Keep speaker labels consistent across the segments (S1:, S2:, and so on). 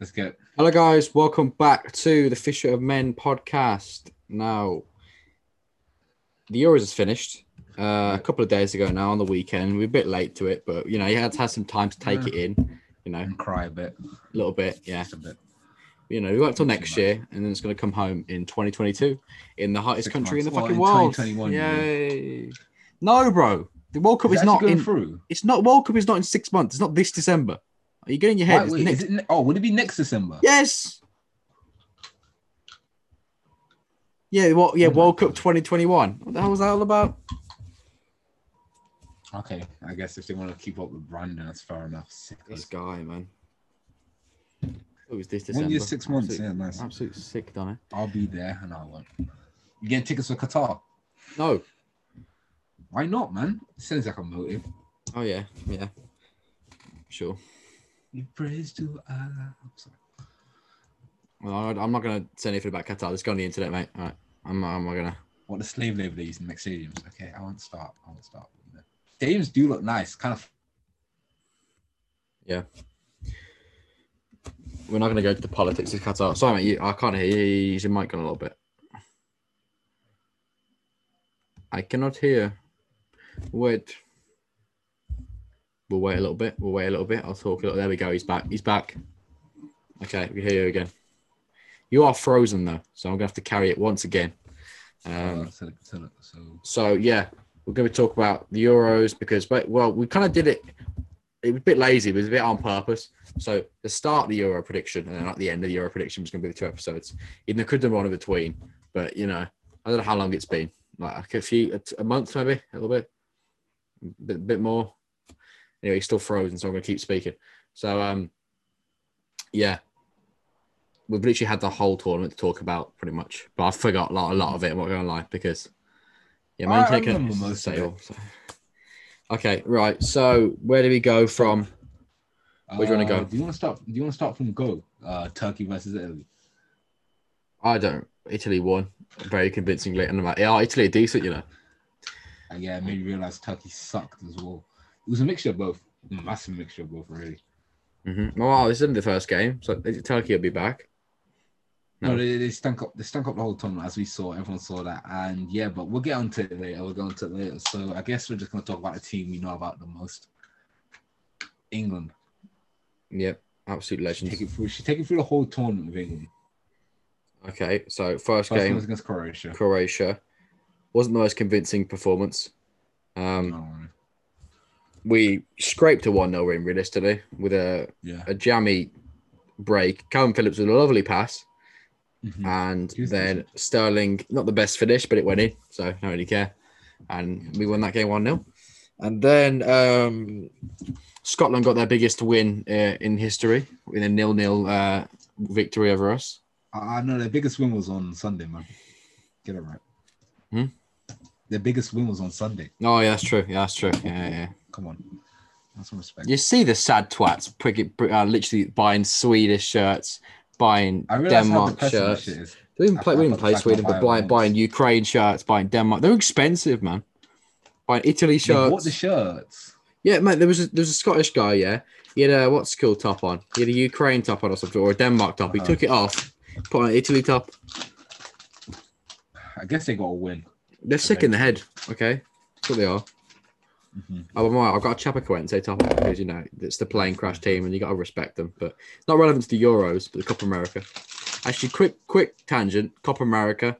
S1: Let's go.
S2: Hello, guys. Welcome back to the Fisher of Men podcast. Now, the Euros is finished uh, a couple of days ago now on the weekend. We're a bit late to it, but you know, you had to have some time to take it in, you know,
S1: And cry a bit.
S2: a little bit. Yeah.
S1: Just a bit.
S2: You know, we worked till
S1: Too
S2: next
S1: much.
S2: year and then it's going to come home in 2022 in the hottest
S1: Six
S2: country in the
S1: months. Well,
S2: fucking
S1: in 2021,
S2: world.
S1: you
S2: Yay. No, bro. The World Cup
S1: Is
S2: is,
S1: it
S2: not
S1: actually
S2: in.
S1: going through.
S2: It's not World Cup is not in six months. It's not this December. Are you getting your head?
S1: Why,
S2: It's
S1: wait,
S2: next-
S1: is it, ne- oh, would it be next December?
S2: Yes. Yeah, what? Yeah,
S1: Oh my
S2: World Cup 2021. What the hell was that all about?
S1: Okay, I guess if they want to keep up with Brandon, that's fair enough.
S2: This
S1: Sickos.
S2: guy, man. It was this December.
S1: One year, six months.
S2: Absolute,
S1: Yeah, nice.
S2: absolute sick, done it.
S1: I'll be there and I won't. You getting tickets for Qatar?
S2: No.
S1: Why not, man? Sounds like a motive.
S2: Oh yeah, yeah. Sure.
S1: You praise to Allah. I'm sorry.
S2: Well, I- I'm not gonna say anything about Qatar. Let's go on the internet, mate. All right. I'm not, I'm not gonna.
S1: What the slave labor they use in the stadiums. Okay, I won't start. I won't start. You know. Stadiums do look nice. Kind of.
S2: We're not gonna go to the politics of Qatar. Sorry, mate. You, I can't hear you. Is Your mic gone a little bit. I cannot hear. Wait. We'll wait a little bit. We'll wait a little bit. I'll talk a little. There we go. He's back. He's back. Okay, we can hear you again. You are frozen though, so I'm gonna have to carry it once again. Um,
S1: uh, so, so, so
S2: so yeah, we're going to talk about the Euros because, but well, we kind of did it. It was a bit lazy. It was a bit on purpose. So the start of the Euro prediction and then at the end of the Euro prediction was going to be the two episodes. In the could have one in between, but you know, I don't know how long it's been. Like a few, a- a month maybe, a little bit, a bit, bit more. Anyway, he's still frozen, so I'm going to keep speaking. So um, yeah, we've literally had the whole tournament to talk about pretty much, but I forgot a lot, a lot of it. I'm not going to lie because
S1: I-
S2: yeah, man,
S1: I
S2: taking
S1: remember most of
S2: sale. So. Okay, right. So where do we go from? Where do you wanna go?
S1: Uh, Do you want to start? Do you want to start from go? Uh, Turkey versus Italy.
S2: I don't. Italy won very convincingly, and I'm like, yeah, Italy are decent, you know.
S1: And yeah, it made me realize Turkey sucked as well. It was a mixture of both, massive mixture of both, really.
S2: Mm-hmm. Wow, this isn't the first game, so Turkey will be back.
S1: No,
S2: No.
S1: they, they stunk up. They stunk up the whole tournament, as we saw. Everyone saw that, and yeah, but we'll get onto it later. We'll get onto it later. So I guess we're just gonna talk about the team we know about the most. England.
S2: Yep, absolute
S1: Take
S2: legends.
S1: it through. She take it through the whole tournament with England.
S2: Okay, so first
S1: First game
S2: game,
S1: was against Croatia.
S2: Croatia wasn't the most convincing performance. Um,
S1: No, no, no.
S2: we scraped a 1 0 win realistically with a,
S1: yeah.
S2: a jammy break. Calvin Phillips with a lovely pass,
S1: Mhm.
S2: and
S1: He was
S2: then Sterling, not the best finish, but it went in, so don't really care. And we won that game 1 0. And then um, Scotland got their biggest win uh, in history with a nil nil uh, victory over us.
S1: I, I know their biggest win was on Sunday, man. Get it right.
S2: Hmm?
S1: Their biggest win was on Sunday.
S2: Oh, yeah, that's true. Yeah, that's true. Yeah, yeah, yeah.
S1: Come on, that's some respect.
S2: You see the sad twats prick- prick- uh, literally buying Swedish shirts, buying
S1: I realize how
S2: Denmark
S1: depressing this
S2: shirts.
S1: shit is.
S2: They didn't
S1: I-
S2: play.
S1: I
S2: We didn't
S1: thought
S2: play
S1: Black
S2: Sweden,
S1: Lives
S2: but buying
S1: Matter
S2: buying
S1: was-
S2: Ukraine shirts, buying Denmark. They're expensive, man. Buying Italy
S1: They bought
S2: shirts.
S1: the shirts.
S2: yeah, mate. There was a, there was a Scottish guy. Yeah, he had a what's cool top on. He had a Ukraine top on or something, or a Denmark top. He
S1: Uh-huh.
S2: took it off, put on an Italy top.
S1: I guess they got a win.
S2: They're sick
S1: Okay.
S2: in the head. Okay, that's what they are.
S1: Mhm.
S2: Oh, I'm all right. I've got a Chapecoense top on because you know it's the plane crash team, and you got to respect them. But it's not relevant to the Euros, but the Copa America. Actually, quick quick tangent. Copa America.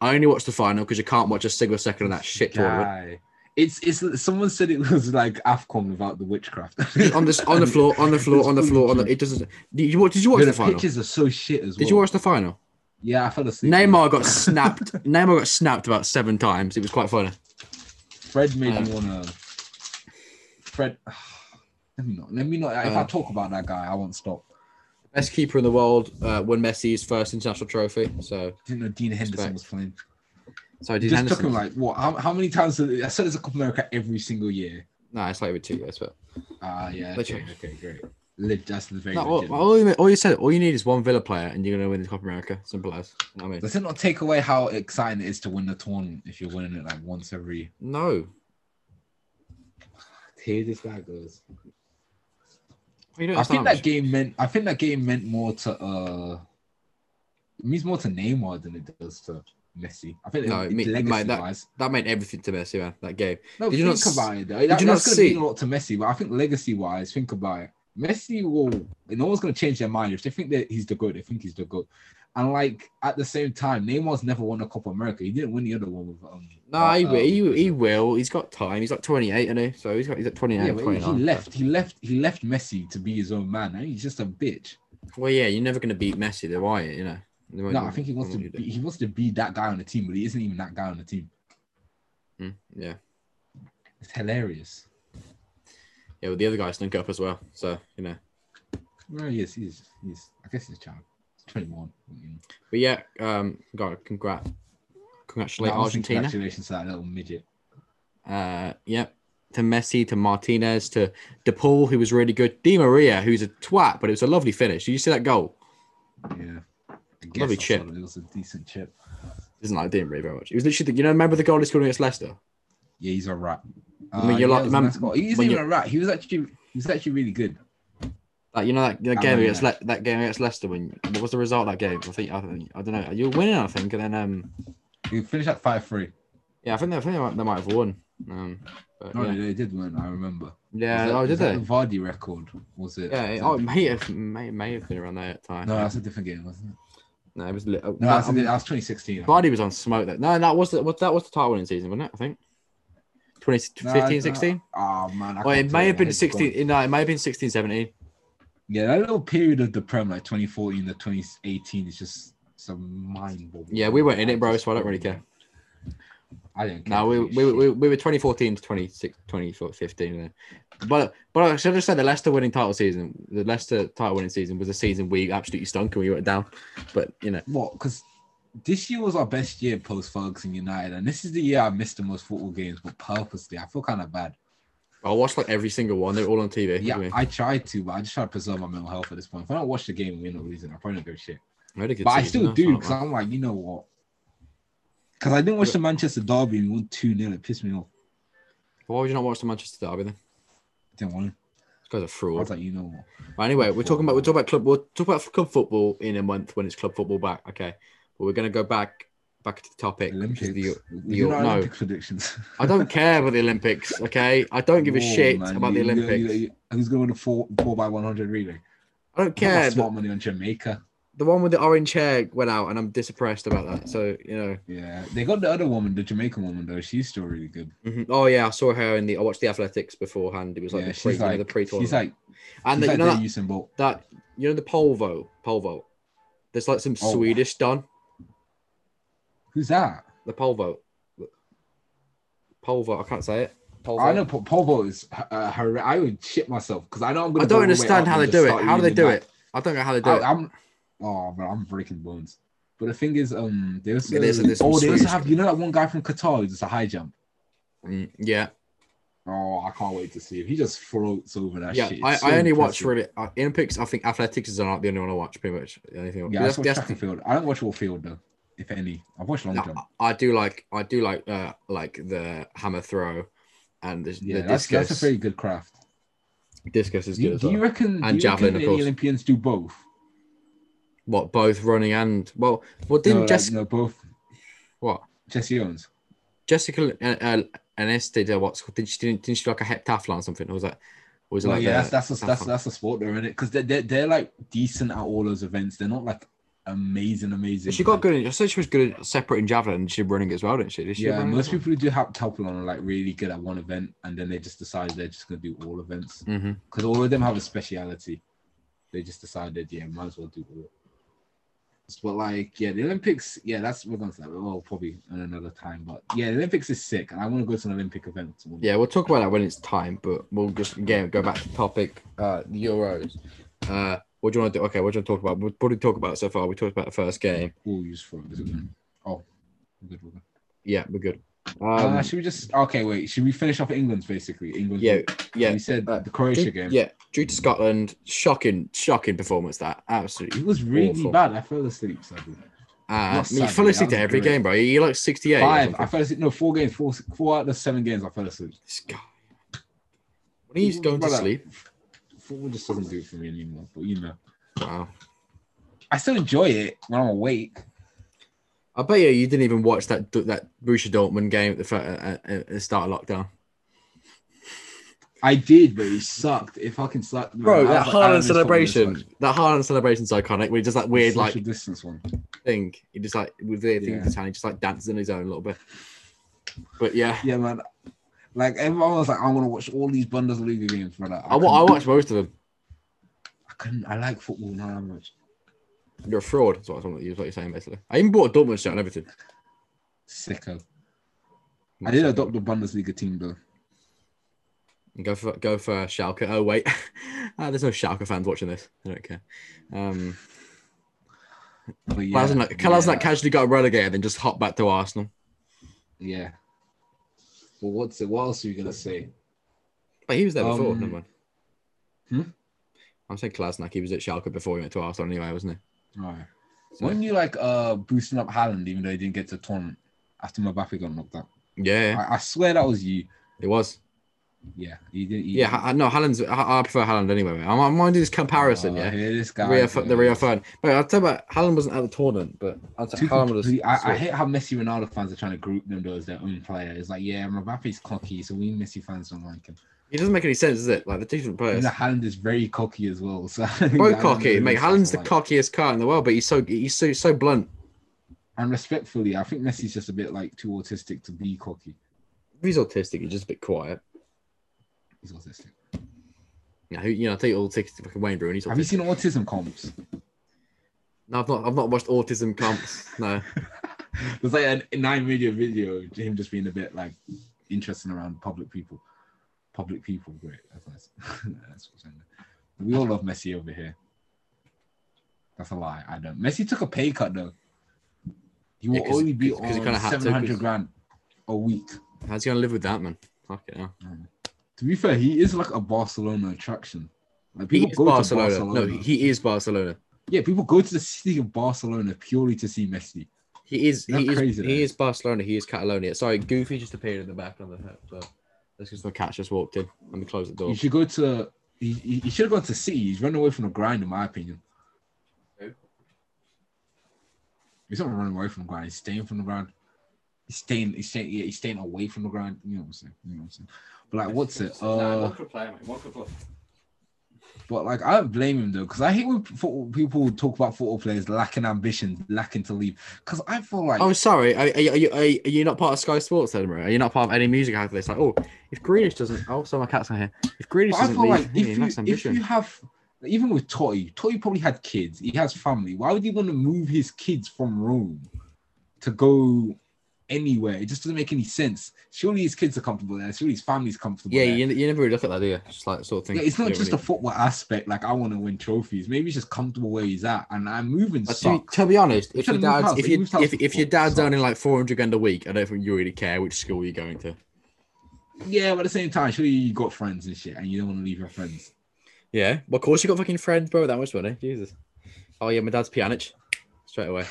S2: I only watched the final because you can't watch a single second of that shit tournament.
S1: Guy. It's it's someone said it was like Afcon without the witchcraft.
S2: on this on the floor, on the floor, on the floor, on the it doesn't. Did you watch? Did you watch
S1: Dude,
S2: the
S1: the
S2: final?
S1: pitches are so shit as well.
S2: Did you watch the final?
S1: Yeah, I fell asleep.
S2: Neymar got snapped. Neymar got snapped about seven times. It was quite funny.
S1: Fred made me
S2: Uh,
S1: wanna. Fred, let me not. Let me not. If I
S2: Uh,
S1: talk about that guy, I won't stop.
S2: Best keeper in the world uh, won Messi's first international trophy. So,
S1: Didn't know Dean Henderson
S2: Respect.
S1: was playing.
S2: so
S1: It
S2: did
S1: just took
S2: Henderson.
S1: him like what? How, how many times? did- I said it's a Copa America every single year.
S2: no, it's like with two years, but
S1: Ah,
S2: Mm-hmm.
S1: yeah. Okay,
S2: Literally.
S1: okay, great. Lit, that's the very.
S2: no,
S1: legit.
S2: all, all you, all you said, all you need is one Villa player, and you're gonna win the Copa America. Simple as. You know what I mean,
S1: Does it not take away how exciting it is to win the tournament if you're winning it like once every?
S2: no,
S1: Here this guy goes.
S2: You don't
S1: I think
S2: establish
S1: that
S2: it.
S1: game meant. I think that game meant more to. uh It means more to Neymar than it does to Messi. I think
S2: No,
S1: it,
S2: it mean-
S1: legacy
S2: mate, that-
S1: wise.
S2: that meant everything to Messi, man. That game.
S1: No,
S2: did you not
S1: think
S2: s-
S1: about it. Though.
S2: did
S1: That,
S2: you
S1: that's
S2: not
S1: going to mean
S2: see-
S1: a lot to Messi, but I think legacy wise, think about it. Messi will. No one's going to change their mind if they think that he's the goat. They think he's the goat. And like at the same time, Neymar's never won a Copa America. He didn't win the other one with. Um,
S2: No, he,
S1: uh,
S2: will-
S1: um,
S2: he, he will. He's got time. He's like 28, isn't he? So he's got he's at 28.
S1: Yeah, but he- he
S2: 29.
S1: left. He left. He left Messi to be his own man. Now he's just a bitch.
S2: Well, yeah, you're never going to beat Messi. They're why, you know. They won't
S1: No,
S2: do
S1: I
S2: it.
S1: think he wants
S2: They
S1: to.
S2: won't do
S1: Be, he wants to be that guy on the team, but he isn't even that guy on the team.
S2: that. Mm, yeah.
S1: It's hilarious.
S2: Yeah, well, the other guy snuck up as well. So, you know.
S1: Well, yes, he's he's. I guess he's a child. He's twenty-one. Mm. you know.
S2: But yeah, um, God, congrat. Congratulate
S1: That was
S2: Argentina.
S1: Congratulations to that little midget.
S2: Uh, yeah. To Messi, to Martinez, to DePaul, who was really good. Di Maria, who's a twat, but it was a lovely finish. Did you see that goal?
S1: Yeah. I guess
S2: Lovely
S1: that's
S2: chip.
S1: what It was a decent chip.
S2: Isn't like Di Maria very much. It was literally, the, you know, remember the goal he scored against Leicester?
S1: Yeah, he's a rat.
S2: I mean, you're like-
S1: it was a
S2: man-
S1: nice goal. he isn't
S2: when
S1: even a rat. He was actually he was actually really good.
S2: Like you know that, that
S1: I
S2: game
S1: remember
S2: against Le- that game against Leicester when what was the result of that game? I think I, think, I don't know. You were winning, I think, and then um
S1: He finished at five-three.
S2: yeah, I think they, I think they, might, they might have won. Um, but
S1: No,
S2: yeah,
S1: they did win. I remember. Was Oh,
S2: yeah,
S1: that-
S2: oh,
S1: was
S2: did
S1: that
S2: they?
S1: The Vardy record was it?
S2: Yeah,
S1: Was
S2: it,
S1: that
S2: oh, it
S1: different?
S2: may have may, may have been around that time.
S1: No, that's a different game, wasn't it?
S2: no, it was. Li- oh,
S1: No,
S2: that,
S1: that's a
S2: um,
S1: di- that was 2016. I think.
S2: Vardy was on smoke. That no, that was the what that was the title winning season, wasn't it? I think. 2015,
S1: No, no.
S2: 16?
S1: Oh man, I
S2: Well,
S1: can't tell
S2: it may
S1: you.
S2: have
S1: I
S2: been
S1: hate football.
S2: 16. No, it may have been 16, 17.
S1: Yeah, that little period of the Prem, like 2014 to 2018, is just some mind boggling.
S2: Yeah, we were in it, bro, so I don't really care.
S1: I don't care.
S2: No, we, we, we, we were 2014 to 26, 2015. Then. But but I should have said the Leicester winning title season, the Leicester title winning season was a season we absolutely stunk and we went down. But you know,
S1: what? Because this year was our best year post Ferguson United, and this is the year I missed the most football games, but purposely. I feel kind of bad.
S2: I watched like every single one. They're all on TV.
S1: Yeah,
S2: I,
S1: I tried to, but I just try to preserve my mental health at this point. If I don't watch the game and win or losing, I probably don't give a shit.
S2: had a good
S1: But I
S2: season,
S1: still
S2: that's
S1: do
S2: not bad.
S1: because I'm like, you know what? Because I didn't watch the Manchester Derby and we won 2 0. It pissed me off.
S2: Why would you not watch the Manchester derby then?
S1: didn't want to.
S2: This guy's
S1: I
S2: a
S1: was
S2: fraud.
S1: like, you know what?
S2: But anyway, we're talking about we're talking about club we'll talk about club football in a month when it's club football back. Okay, but we're gonna go back back to the topic. which
S1: Olympics.
S2: is the-
S1: We do
S2: the-
S1: not
S2: no.
S1: Olympic predictions.
S2: I don't care about the Olympics. Okay, I don't give a
S1: Whoa,
S2: shit
S1: man.
S2: about the
S1: You- you-
S2: Olympics.
S1: you- who's going to win a four four by one hundred relay?
S2: I don't
S1: Yeah,
S2: care.
S1: smart money on Jamaica.
S2: the one with the orange hair went out, and I'm depressed about that. So you know,
S1: Yeah, they got the other woman, the Jamaican woman though. She's still really good.
S2: oh yeah, I saw her in the. I watched the athletics beforehand. It was like
S1: yeah,
S2: the pre,
S1: she's like,
S2: you know, the pre tournament.
S1: she's like,
S2: and
S1: she's
S2: the,
S1: like
S2: you know
S1: their
S2: that,
S1: Usain Bolt.
S2: that you know the pole vault, pole vault. There's like some
S1: Oh.
S2: Swedish don
S1: Who's that?
S2: the pole vault, pole vault. I can't say it. Pole
S1: I
S2: vault.
S1: know Po- pole vault is. Uh, her, I would shit myself because I know I'm
S2: I
S1: gonna. go all
S2: don't
S1: the way up
S2: understand how
S1: and
S2: they
S1: just
S2: do it.
S1: start
S2: How do they
S1: leaning
S2: do
S1: back.
S2: it? I don't know how they do
S1: I,
S2: it.
S1: I'm. Oh, but I'm breaking bones. But the thing is, um, they also,
S2: Yeah, there's- there's some
S1: oh, they also
S2: Swedish-
S1: have you know that one guy from Qatar who's just a high jump.
S2: Mm, yeah,
S1: Oh, I can't wait to see him. He just floats over that
S2: yeah.
S1: shit. It's
S2: I,
S1: so
S2: I only watch
S1: impressive.
S2: really uh, Olympics. I think athletics is not the only one I watch. Pretty much anything.
S1: Yeah,
S2: that's,
S1: I watch
S2: that's
S1: track and field. I don't watch all field though, if any. I've watched long
S2: No,
S1: jump.
S2: I I do like I do like uh, like the hammer throw and the,
S1: Yeah,
S2: the
S1: that's,
S2: discus.
S1: that's a very good craft.
S2: discus is
S1: Do
S2: good
S1: you,
S2: as
S1: do
S2: well.
S1: you reckon? do
S2: And
S1: you
S2: javelin,
S1: reckon
S2: of
S1: any
S2: course.
S1: Olympians do both.
S2: What both running and well, well didn't
S1: no, like,
S2: Jessica
S1: no, both
S2: what
S1: Jesse Owens.
S2: Jessica uh, uh, Ennis did uh, what's did she didn't, didn't she do like a heptathlon or something? Or was that or was it
S1: Well,
S2: like
S1: yeah,
S2: the-
S1: that's that's a, that's
S2: heptathlon?
S1: that's a sport though, isn't it? Because they're, they're they're like decent at all those events. They're not like amazing, amazing.
S2: She got good. In, I said she was good at separating javelin and she did running as well, didn't she? Did she
S1: Yeah, most people
S2: people.
S1: who do heptathlon are like really good at one event, and then they just decide they're just gonna do all events
S2: hmm
S1: because all of them have a speciality. They just decided, yeah, might as well do all. But like, yeah, the Olympics, yeah, that's we're going to that. Well, probably at another time, but yeah, the Olympics is sick, and I want to go to an Olympic event. one day.
S2: Yeah, we'll talk about that when it's time, but we'll just again go back to topic uh the Euros. Uh what do you want to do? Okay, what do you want to talk about? What, what did we talk about so far? We talked about the first game.
S1: We'll use for it.
S2: Mm-hmm.
S1: isn't it? Oh, good. we're good.
S2: Yeah, we're good.
S1: Uh,
S2: Um,
S1: should we just okay? Wait, should we finish off England's basically? England,
S2: yeah, yeah.
S1: We said
S2: uh,
S1: the Croatia
S2: Due,
S1: game.
S2: yeah, due to Scotland, shocking, shocking performance that absolutely.
S1: It was really
S2: Awful.
S1: bad. I fell asleep. Sadly.
S2: Uh,
S1: Not
S2: I mean, you
S1: sadly,
S2: fell asleep
S1: that
S2: to
S1: was
S2: every
S1: great.
S2: game, bro. You're like 68. or
S1: Five. I
S2: something.
S1: fell asleep. No, four games. Four, four out of the seven games. I fell asleep.
S2: This guy. When he's going to
S1: Brother,
S2: sleep,
S1: football just doesn't do it for me anymore. But you know,
S2: Wow.
S1: I still enjoy it when I'm awake.
S2: I bet you you didn't even watch that that Borussia Dortmund game at the, fir- at, at, at the start of lockdown.
S1: I did, but it sucked. It fucking sucked. man. I
S2: Bro,
S1: was like,
S2: that
S1: I don't
S2: Haaland
S1: miss football this
S2: celebration,
S1: much.
S2: that Haaland celebration's iconic. Where he does that weird like
S1: Social distance one.
S2: thing. He just like with the thing
S1: Yeah.
S2: in his hand, he just like dances on his own a little bit. But yeah,
S1: Yeah, man. Like everyone was like, I'm gonna watch all these Bundesliga games, brother.
S2: I, wa- I watched most of them.
S1: couldn't- I couldn't. I like football not that much.
S2: You're a fraud. That's what, that's what you're what you're saying basically. I even bought a Dortmund shirt and everything.
S1: Sicko. I did adopt the Bundesliga team though.
S2: Go for go for Schalke. Oh wait, Ah, there's no Schalke fans watching this. I don't care. Um,
S1: But yeah,
S2: yeah,
S1: yeah,
S2: casually got relegated and just hopped back to Arsenal.
S1: yeah. Well, what's it? What else are you gonna say?
S2: But he was there before.
S1: Um,
S2: never mind.
S1: hmm?
S2: I'm saying Klasnak. He was at Schalke before he went to Arsenal anyway, wasn't
S1: All right.
S2: he? So-
S1: When you like uh boosting up Haaland, even though he didn't get to tournament after Mbappe got knocked out,
S2: yeah,
S1: I, I swear that was you.
S2: it was.
S1: Yeah, you did.
S2: Yeah, Ha- no, Haaland's. I I prefer Haaland anyway. I'm, I'm going to do this comparison. yeah,
S1: Here Oh, this
S2: the
S1: guy.
S2: Rio, the Rio
S1: goes.
S2: fan. But I'll tell you about Haaland wasn't at the tournament, but I'll tell
S1: Two
S2: Haaland was.
S1: complete- I, I hate how Messi Ronaldo fans are trying to group them though as their own player. It's like, yeah, Mbappe's cocky, so we Messi fans don't like him.
S2: It doesn't make any sense, does it? Like the different
S1: And
S2: players.
S1: then Haaland is very cocky as well. So
S2: Both cocky, mate. Haaland's the
S1: cock.
S2: cockiest car in the world, but he's so he's so so blunt.
S1: And respectfully, I think Messi's just a bit like too autistic to be cocky.
S2: If he's autistic, he's just a bit quiet.
S1: He's autistic.
S2: You know, who- you know, I take all tickets to fucking Wayne Rooney. He's
S1: Have you
S2: autistic.
S1: seen autism comps?
S2: No, I've not. I've not watched autism comps. No,
S1: There's like a nine video video of him just being a bit like interesting around public people. Public people, great. That's nice. That's what's in there. We all love Messi over here. That's a lie. I don't. Messi took a pay cut though. He will
S2: Yeah, 'cause-
S1: only be
S2: 'cause- 'cause he
S1: on
S2: kinda had to,
S1: seven hundred
S2: 'cause-
S1: grand a week.
S2: how's he gonna live with that, man? Fuck it. hell.
S1: To be fair, he is like a Barcelona attraction. Like
S2: He
S1: people
S2: is
S1: go
S2: Barcelona.
S1: to Barcelona.
S2: No, he- he is Barcelona.
S1: yeah, people go to the city of Barcelona purely to see Messi.
S2: He is.
S1: That's
S2: He is.
S1: crazy,
S2: he
S1: though.
S2: is Barcelona. He is Catalonia. Sorry, Goofy just appeared in the back of the hut. But that's because my cat just walked in. Let me close the door.
S1: You should go to. He, he, he should have gone to City. He's running away from the grind, in my opinion.
S2: Who?
S1: He's not running away from the grind. He's staying from the grind. He's staying. He's staying. Yeah, he's staying away from the grind. You know what I'm saying? You know what I'm saying? But like, what's it? Uh, but like, I don't blame him though, because I hate when football, people talk about football players lacking ambition, lacking to leave. Because I feel like
S2: Oh, sorry. Are, are, you- are, you, are you not part of Sky Sports then, bro? Are you not part of any music out of this? Like, oh, if Greenish doesn't. Oh, so my cat's not here. If Greenish
S1: But I
S2: doesn't
S1: feel
S2: leave,
S1: like
S2: hmm,
S1: if you,
S2: that's
S1: if
S2: ambition.
S1: you have, even with Totti, Totti probably had kids. He has family. Why would he want to move his kids from Rome to go anywhere? It just doesn't make any sense. Surely his kids are comfortable there. Surely his family's comfortable
S2: yeah,
S1: there.
S2: you, you never really look at that, do you? Just like sort of thing.
S1: Yeah, it's not
S2: Don't
S1: just a
S2: really-
S1: football aspect. Like I want to win trophies. Maybe it's just comfortable where he's at, and I'm moving
S2: But to,
S1: sucks.
S2: to be honest,
S1: You
S2: if your
S1: shouldn't move
S2: dad's
S1: house,
S2: if
S1: you
S2: you
S1: moved house
S2: if, if
S1: before,
S2: your dad's
S1: so-
S2: earning like four hundred grand a week, I don't think you really care which school you're going to.
S1: Yeah, but at the same time, surely you got friends and shit, and you don't want to leave your friends.
S2: Yeah, well, of course you got fucking friends, bro. with That much money, Jesus. Oh yeah, my dad's Pjanic. Straight away.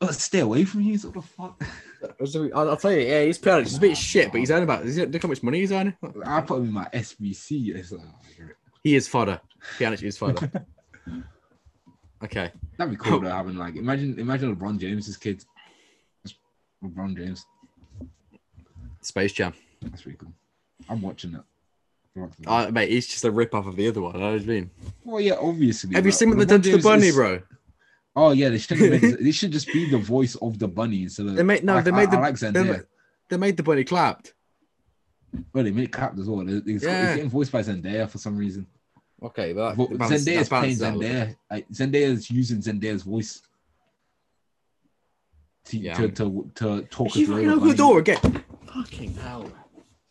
S1: Oh, stay away from you, sort of fuck.
S2: I'll, I'll tell you, yeah, he's Pjanic. He's a bit shit, but he's earning about. He's, look how much money he's earning.
S1: I put him in my SBC. It's like, oh, you're-
S2: He is fodder. Pjanic is fodder. okay.
S1: That'd be cool though, having like imagine imagine LeBron James's kids. That's LeBron James.
S2: Space Jam.
S1: That's pretty cool. I'm watching it.
S2: Uh, mate, he's just a rip off of the other one. I know what you mean.
S1: well, yeah, obviously.
S2: Have you
S1: but
S2: seen what they
S1: LeBron
S2: done to the
S1: James
S2: bunny,
S1: is-
S2: bro?
S1: Oh yeah, they should they should just be the voice of the bunny instead of.
S2: They made no.
S1: I-
S2: they
S1: I-
S2: made the.
S1: I like
S2: they,
S1: Zendaya.
S2: ma- they made the bunny clapped.
S1: Well, they made Cap as well. It's, it's- it's
S2: Yeah. Uh,
S1: getting voiced by Zendaya for some reason.
S2: Okay, but
S1: Vo-
S2: that, balances-
S1: Zendaya's
S2: that
S1: playing
S2: balances out a little bit.
S1: Zendaya. Like, Zendaya's using Zendaya's voice. To,
S2: Yeah,
S1: to,
S2: I'm-
S1: to, to talk
S2: You
S1: as well.
S2: fucking open the door again. Fucking hell.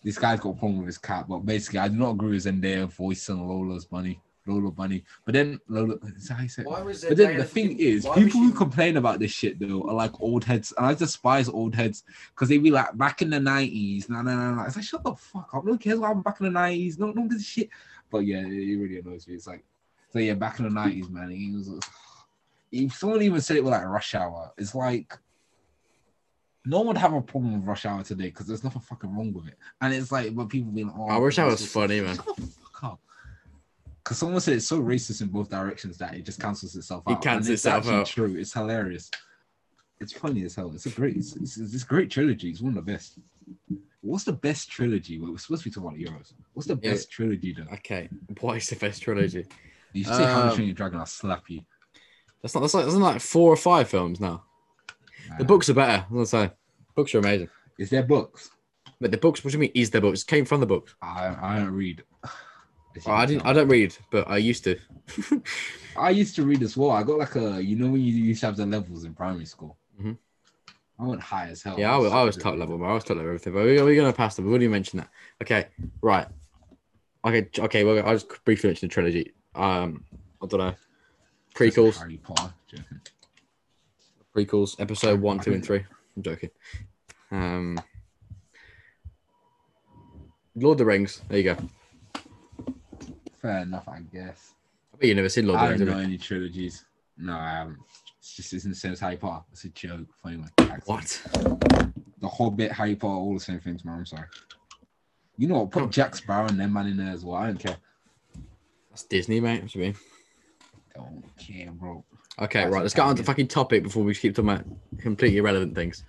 S1: this guy's got a problem with his cat, but basically, I do not agree with Zendaya voicing Lola's bunny, Lola bunny. But then Lola, is that how you say it? But then the thing is, people who complain about this shit though are like old heads, and I despise old heads because they be like back in the nineties, nah nah nah nah. It's like shut the fuck up. No one cares what happened back in the nineties. No, no this shit. But yeah, it, it really annoys me. It's like, so yeah, back in the nineties, man. It was, if someone even said it with like rush hour, it's like. No one would have a problem with rush hour today because there's nothing fucking wrong with it, and it's like, but people being, oh,
S2: Oh, Rush Hour's
S1: this is-
S2: funny, man.
S1: Shut the fuck up. because someone said it's so racist in both directions that it just cancels itself
S2: It
S1: out.
S2: cancels
S1: And it's
S2: itself
S1: actually
S2: out.
S1: True, it's hilarious. It's funny as hell. It's a great, it's, it's, it's a great trilogy. It's one of the best. What's the best trilogy? Well, we're supposed to be talking about Euros. What's the
S2: Yeah.
S1: best trilogy though?
S2: Okay, what is the best trilogy?
S1: You see how
S2: Um,
S1: much Your Dragon, I'll slap you.
S2: That's not that's like, that's not like four or five films now. The
S1: Nah.
S2: books are better. I'm say books are amazing.
S1: is there books?
S2: But the books, what do you mean? Is the books came from the books?
S1: I I don't read. As you
S2: Oh, I
S1: can
S2: didn't.
S1: tell.
S2: I don't read, but I used to.
S1: I used to read as well. I got like a, you know, when you used to have the levels in primary school.
S2: Mhm.
S1: I went high as hell.
S2: yeah, I was, I was
S1: such a-
S2: top level. man. I was top level everything. But we're, we're gonna pass them. We already mentioned that. Okay, right. Okay, j- okay. Well, I'll just briefly mention the trilogy. Um, I don't know. Prequels,
S1: Harry Potter. joking.
S2: prequels, episode one, two, and three. I'm joking. Um, Lord of the Rings. There you go. I
S1: Fair enough, I guess.
S2: bet you've never seen Lord of
S1: I
S2: the Rings.
S1: don't
S2: have
S1: know
S2: you?
S1: any trilogies. No, I haven't. It's just it's in the same as Harry Potter. It's a joke. Funny one.
S2: What?
S1: The Hobbit, Harry Potter, all the same things, man. I'm sorry. You know what? Put
S2: Oh.
S1: Jack Sparrow and them man in there as well. I don't care.
S2: That's Disney, mate. What do you mean?
S1: Don't care, bro.
S2: Okay,
S1: That's
S2: right. Let's get on to the
S1: Italian.
S2: fucking topic before we keep talking about completely irrelevant things.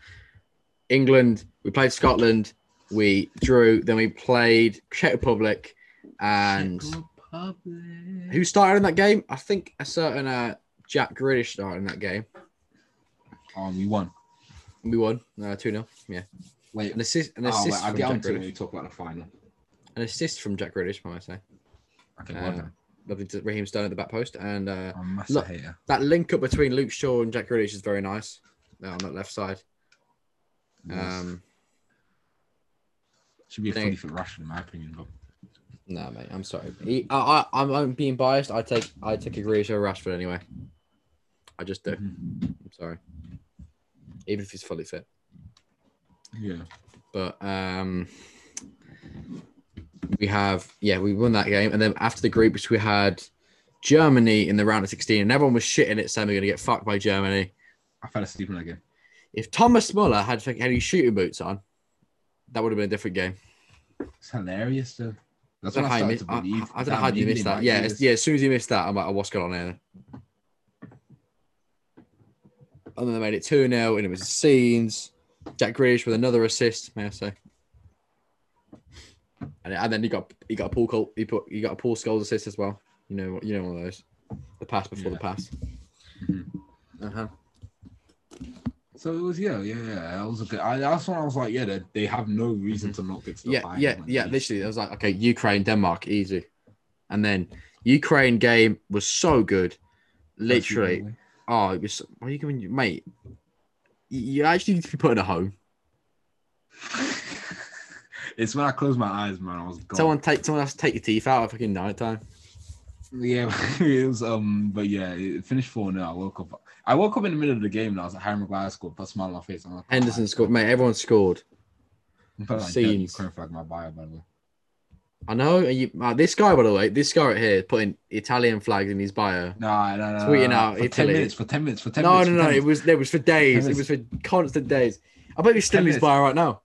S2: England, we played Scotland, we drew, then we played Czech Republic, and
S1: Czech Republic.
S2: who started in that game? I think a certain uh, Jack Grealish started in that game.
S1: Um, we won.
S2: We won uh, two 0 Yeah,
S1: Wait.
S2: an assist, an
S1: Oh,
S2: assist
S1: wait, I'll
S2: from
S1: get
S2: Jack
S1: on to it when we
S2: Grealish,
S1: talk about the final.
S2: an assist from Jack Grealish, might I say?
S1: Okay, well
S2: Uh,
S1: done.
S2: Lovely to Raheem Sterling at the back post, and uh,
S1: I'm a massive
S2: look-
S1: hater.
S2: that link up between Luke Shaw and Jack Grealish is very nice uh, on that left side. Um,
S1: Should be a
S2: they-
S1: funny for Rashford, in my opinion. But
S2: No, mate. I'm sorry. He, I, I, I'm, I'm being biased. I take, I take a Grealish over Rashford anyway. I just do. I'm sorry. Even if he's fully fit,
S1: yeah,
S2: but um, we have, yeah, we won that game, and then after the groups, we had Germany in the round of 16, and everyone was shitting it, saying we're gonna get fucked by Germany.
S1: I fell asleep in that game.
S2: If Thomas Muller had fucking- had his shooting boots on, that would have been a different game.
S1: It's hilarious, though. That's
S2: I
S1: what
S2: don't
S1: I
S2: know how
S1: started
S2: you miss-
S1: to
S2: I-
S1: believe.
S2: I, I don't know how you missed that. Yeah, it's, yeah. As soon as you missed that, I'm like, oh, what's going on here? And then they made it 2 0, and it was scenes. Jack Grealish with another assist, may I say? And, and then he got he got a Paul Col- he put he got a Paul Scholes assist as well. You know you know one of those, the pass before the
S1: Yeah.
S2: pass.
S1: Mhm.
S2: Uh huh.
S1: So it was, yeah, yeah, yeah. That was a good. I, that's when I was like, yeah, they, they have no reason to not get to the
S2: yeah,
S1: final.
S2: yeah,
S1: Like,
S2: yeah.
S1: they-
S2: Literally, I was like, okay, Ukraine, Denmark, easy. And then Ukraine game was so good,
S1: that's the
S2: literally.
S1: only way.
S2: Oh, it was. Why are you going, mate? You you actually need to be put in a home.
S1: It's when I closed my eyes, man. I was gone.
S2: Someone take someone else take your teeth out at fucking night time.
S1: Yeah, it was. Um, but yeah, it finished four 0 I woke up. I woke up in the middle of the game, and I was like, Harry Maguire scored. Put a smile on my face. I'm like,
S2: Henderson scored, mate. Everyone scored.
S1: I'm like,
S2: scenes.
S1: scenes. Flag my bio, by the way.
S2: I know. And you, uh, this guy, by the way, this guy right here putting Italian flags in his bio.
S1: No, no, no.
S2: Tweeting
S1: no,
S2: out
S1: for ten
S2: Italy.
S1: minutes. For ten minutes. For ten
S2: No,
S1: minutes.
S2: no,
S1: for
S2: no.
S1: 10
S2: It
S1: minutes.
S2: was there was for days. It
S1: Tennis.
S2: was for constant days. I bet he's still in his
S1: Tennis.
S2: bio right now.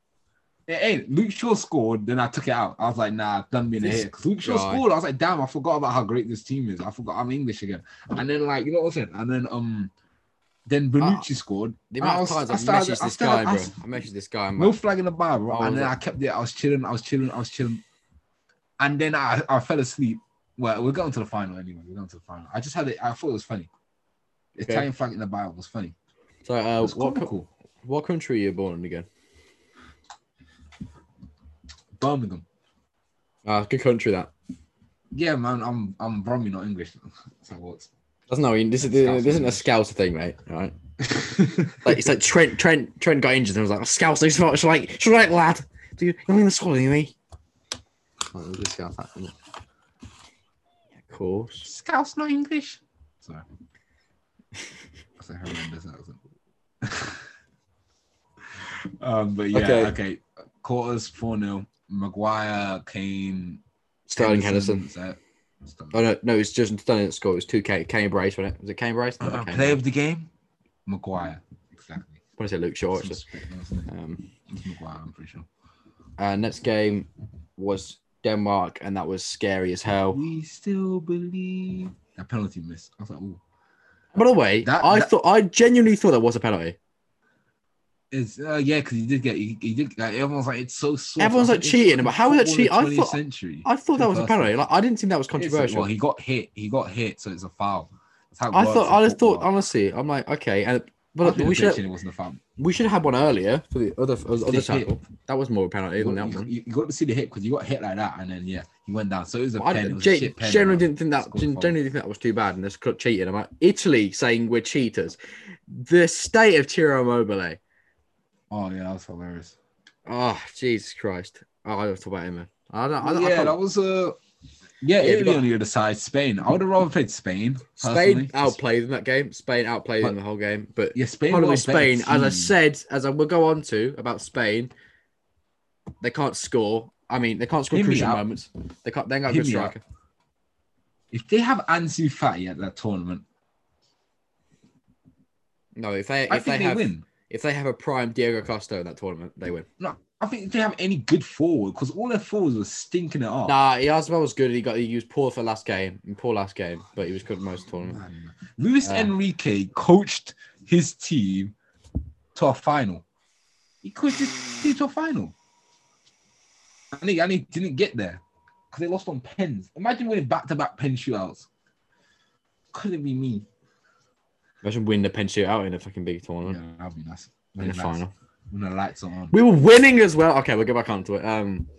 S1: It ain't. Luke Shaw scored. Then I took it out. I was like, nah, I've done being a
S2: This
S1: hit. 'Cause Luke Shaw
S2: guy.
S1: scored. I was like, damn, I forgot about how great this team is. I forgot I'm English again. And then like, you know what I'm saying? And then um,
S2: Ah.
S1: then Bonucci scored.
S2: The
S1: I
S2: amount
S1: was-
S2: of times
S1: I
S2: I've
S1: started-
S2: messaged
S1: I
S2: this guy,
S1: started- I
S2: bro.
S1: s-
S2: I messaged this guy. I'm
S1: No
S2: like,
S1: flag in the bar, bro.
S2: Oh,
S1: and
S2: was
S1: then
S2: it?
S1: I kept it. I was chilling. I was chilling. I was chilling. And then I, I fell asleep. Well, we're going to the final anyway. We're going to the final. I just had it. I thought it was funny.
S2: Okay.
S1: Italian flag in the bar was funny.
S2: so,
S1: It
S2: uh,
S1: was
S2: what, co-
S1: comical.
S2: what country are you born in again?
S1: Birmingham.
S2: Ah, good country that.
S1: Yeah, man. I'm I'm Brummy, not English. so what?
S2: That's no. This
S1: Scouser.
S2: is this isn't a scouser thing, mate. All right. Like it's like Trent, Trent, Trent got injured and was like, oh, "Scout, it's not, it's like, it's right, lad. Dude, you're in the squad anyway." Oh, we'll just scout that. Yeah, of course.
S1: Scouse not English. Sorry. That's a horrendous accent. um, but yeah,
S2: Okay.
S1: okay. Quarters 4 0. Maguire, Kane,
S2: Sterling Henderson.
S1: Zet- Sterling.
S2: Oh no, no, it's just Sterling that scored. It was two K. Kane Brace, wasn't it? Was it Kane Brace? No,
S1: Uh, Player
S2: Kane Brace.
S1: of the game, Maguire. Exactly.
S2: I want to say Luke Shaw.
S1: Some
S2: Actually.
S1: spit, wasn't it?
S2: Um,
S1: It's Maguire, I'm pretty sure.
S2: uh, next game was Denmark, and that was scary as hell.
S1: We still believe. That penalty miss. I was like, ooh.
S2: By the way,
S1: That-
S2: I
S1: that-
S2: thought I genuinely thought that was a penalty.
S1: It's, uh, yeah, because he did get, he, he did, like, everyone's like, it's so soft.
S2: Everyone's,
S1: I was
S2: like,
S1: it's
S2: cheating, but how is that
S1: football in
S2: cheat- I
S1: the 20th
S2: thought-
S1: century.
S2: I thought that was a
S1: Controversial.
S2: penalty. Like I didn't think that was
S1: It's-
S2: controversial.
S1: Well, he got hit. He got hit, so it's a foul. That's how it
S2: I
S1: works
S2: thought
S1: in
S2: I just thought
S1: football.
S2: honestly, I'm like okay, and
S1: I
S2: but
S1: think the
S2: we should
S1: pitching, it wasn't a foul.
S2: we should have had one earlier for the other for the other
S1: It's a hit.
S2: tackle. That was more of a penalty
S1: You
S2: than
S1: got,
S2: that
S1: you,
S2: one.
S1: you got to see the hit because you got hit like that, and then yeah, he went down. So it was a
S2: I
S1: pen. It was a
S2: gen-
S1: shit pen.
S2: generally didn't think that
S1: Scored
S2: gen-
S1: foul.
S2: generally didn't think that was too bad, and there's cl- cheating. I'm like Italy saying we're cheaters. The state of Tiro Mobile.
S1: Oh yeah, that was hilarious.
S2: Oh Jesus Christ! Oh, I don't talk about him. Man. I don't. I, don't- I
S1: yeah,
S2: can't-
S1: that was a. Uh, yeah,
S2: Yeah,
S1: Italy
S2: but-
S1: on the other side. Spain. I would have rather played Spain.
S2: Spain
S1: personally.
S2: outplayed in that game. Spain outplayed in the whole game, but
S1: Yeah, Spain.
S2: Probably
S1: were a better
S2: Spain, as I
S1: team.
S2: said, as I will go on to about Spain, they can't score. I mean, they can't score
S1: Hit me
S2: crucial
S1: up.
S2: moments. They can't. They ain't got a
S1: Hit
S2: good
S1: me up.
S2: striker.
S1: if they have Ansu Fati at that tournament,
S2: No, if they
S1: I
S2: if
S1: think they
S2: they, have
S1: win.
S2: if they have a prime Diego Costa in that tournament, they win.
S1: No, I think if they have any good forward because all their forwards were stinking it up.
S2: Nah, Yazbel was good. He got he was poor for last game, poor last game, but he was good most of the tournament.
S1: Man. Mm. Luis
S2: Yeah.
S1: Enrique coached his team to a final. He coached his team to a final. And he, and he didn't get there because they lost on pens. Imagine winning back to back pen shootouts. Couldn't be me.
S2: Imagine winning the pen shootout in a fucking big
S1: Yeah,
S2: tournament
S1: that'd be nice.
S2: Mm. in
S1: That'd
S2: the
S1: be nice.
S2: final.
S1: When the lights are on.
S2: We were winning as well. Okay, we'll go back onto it. Um,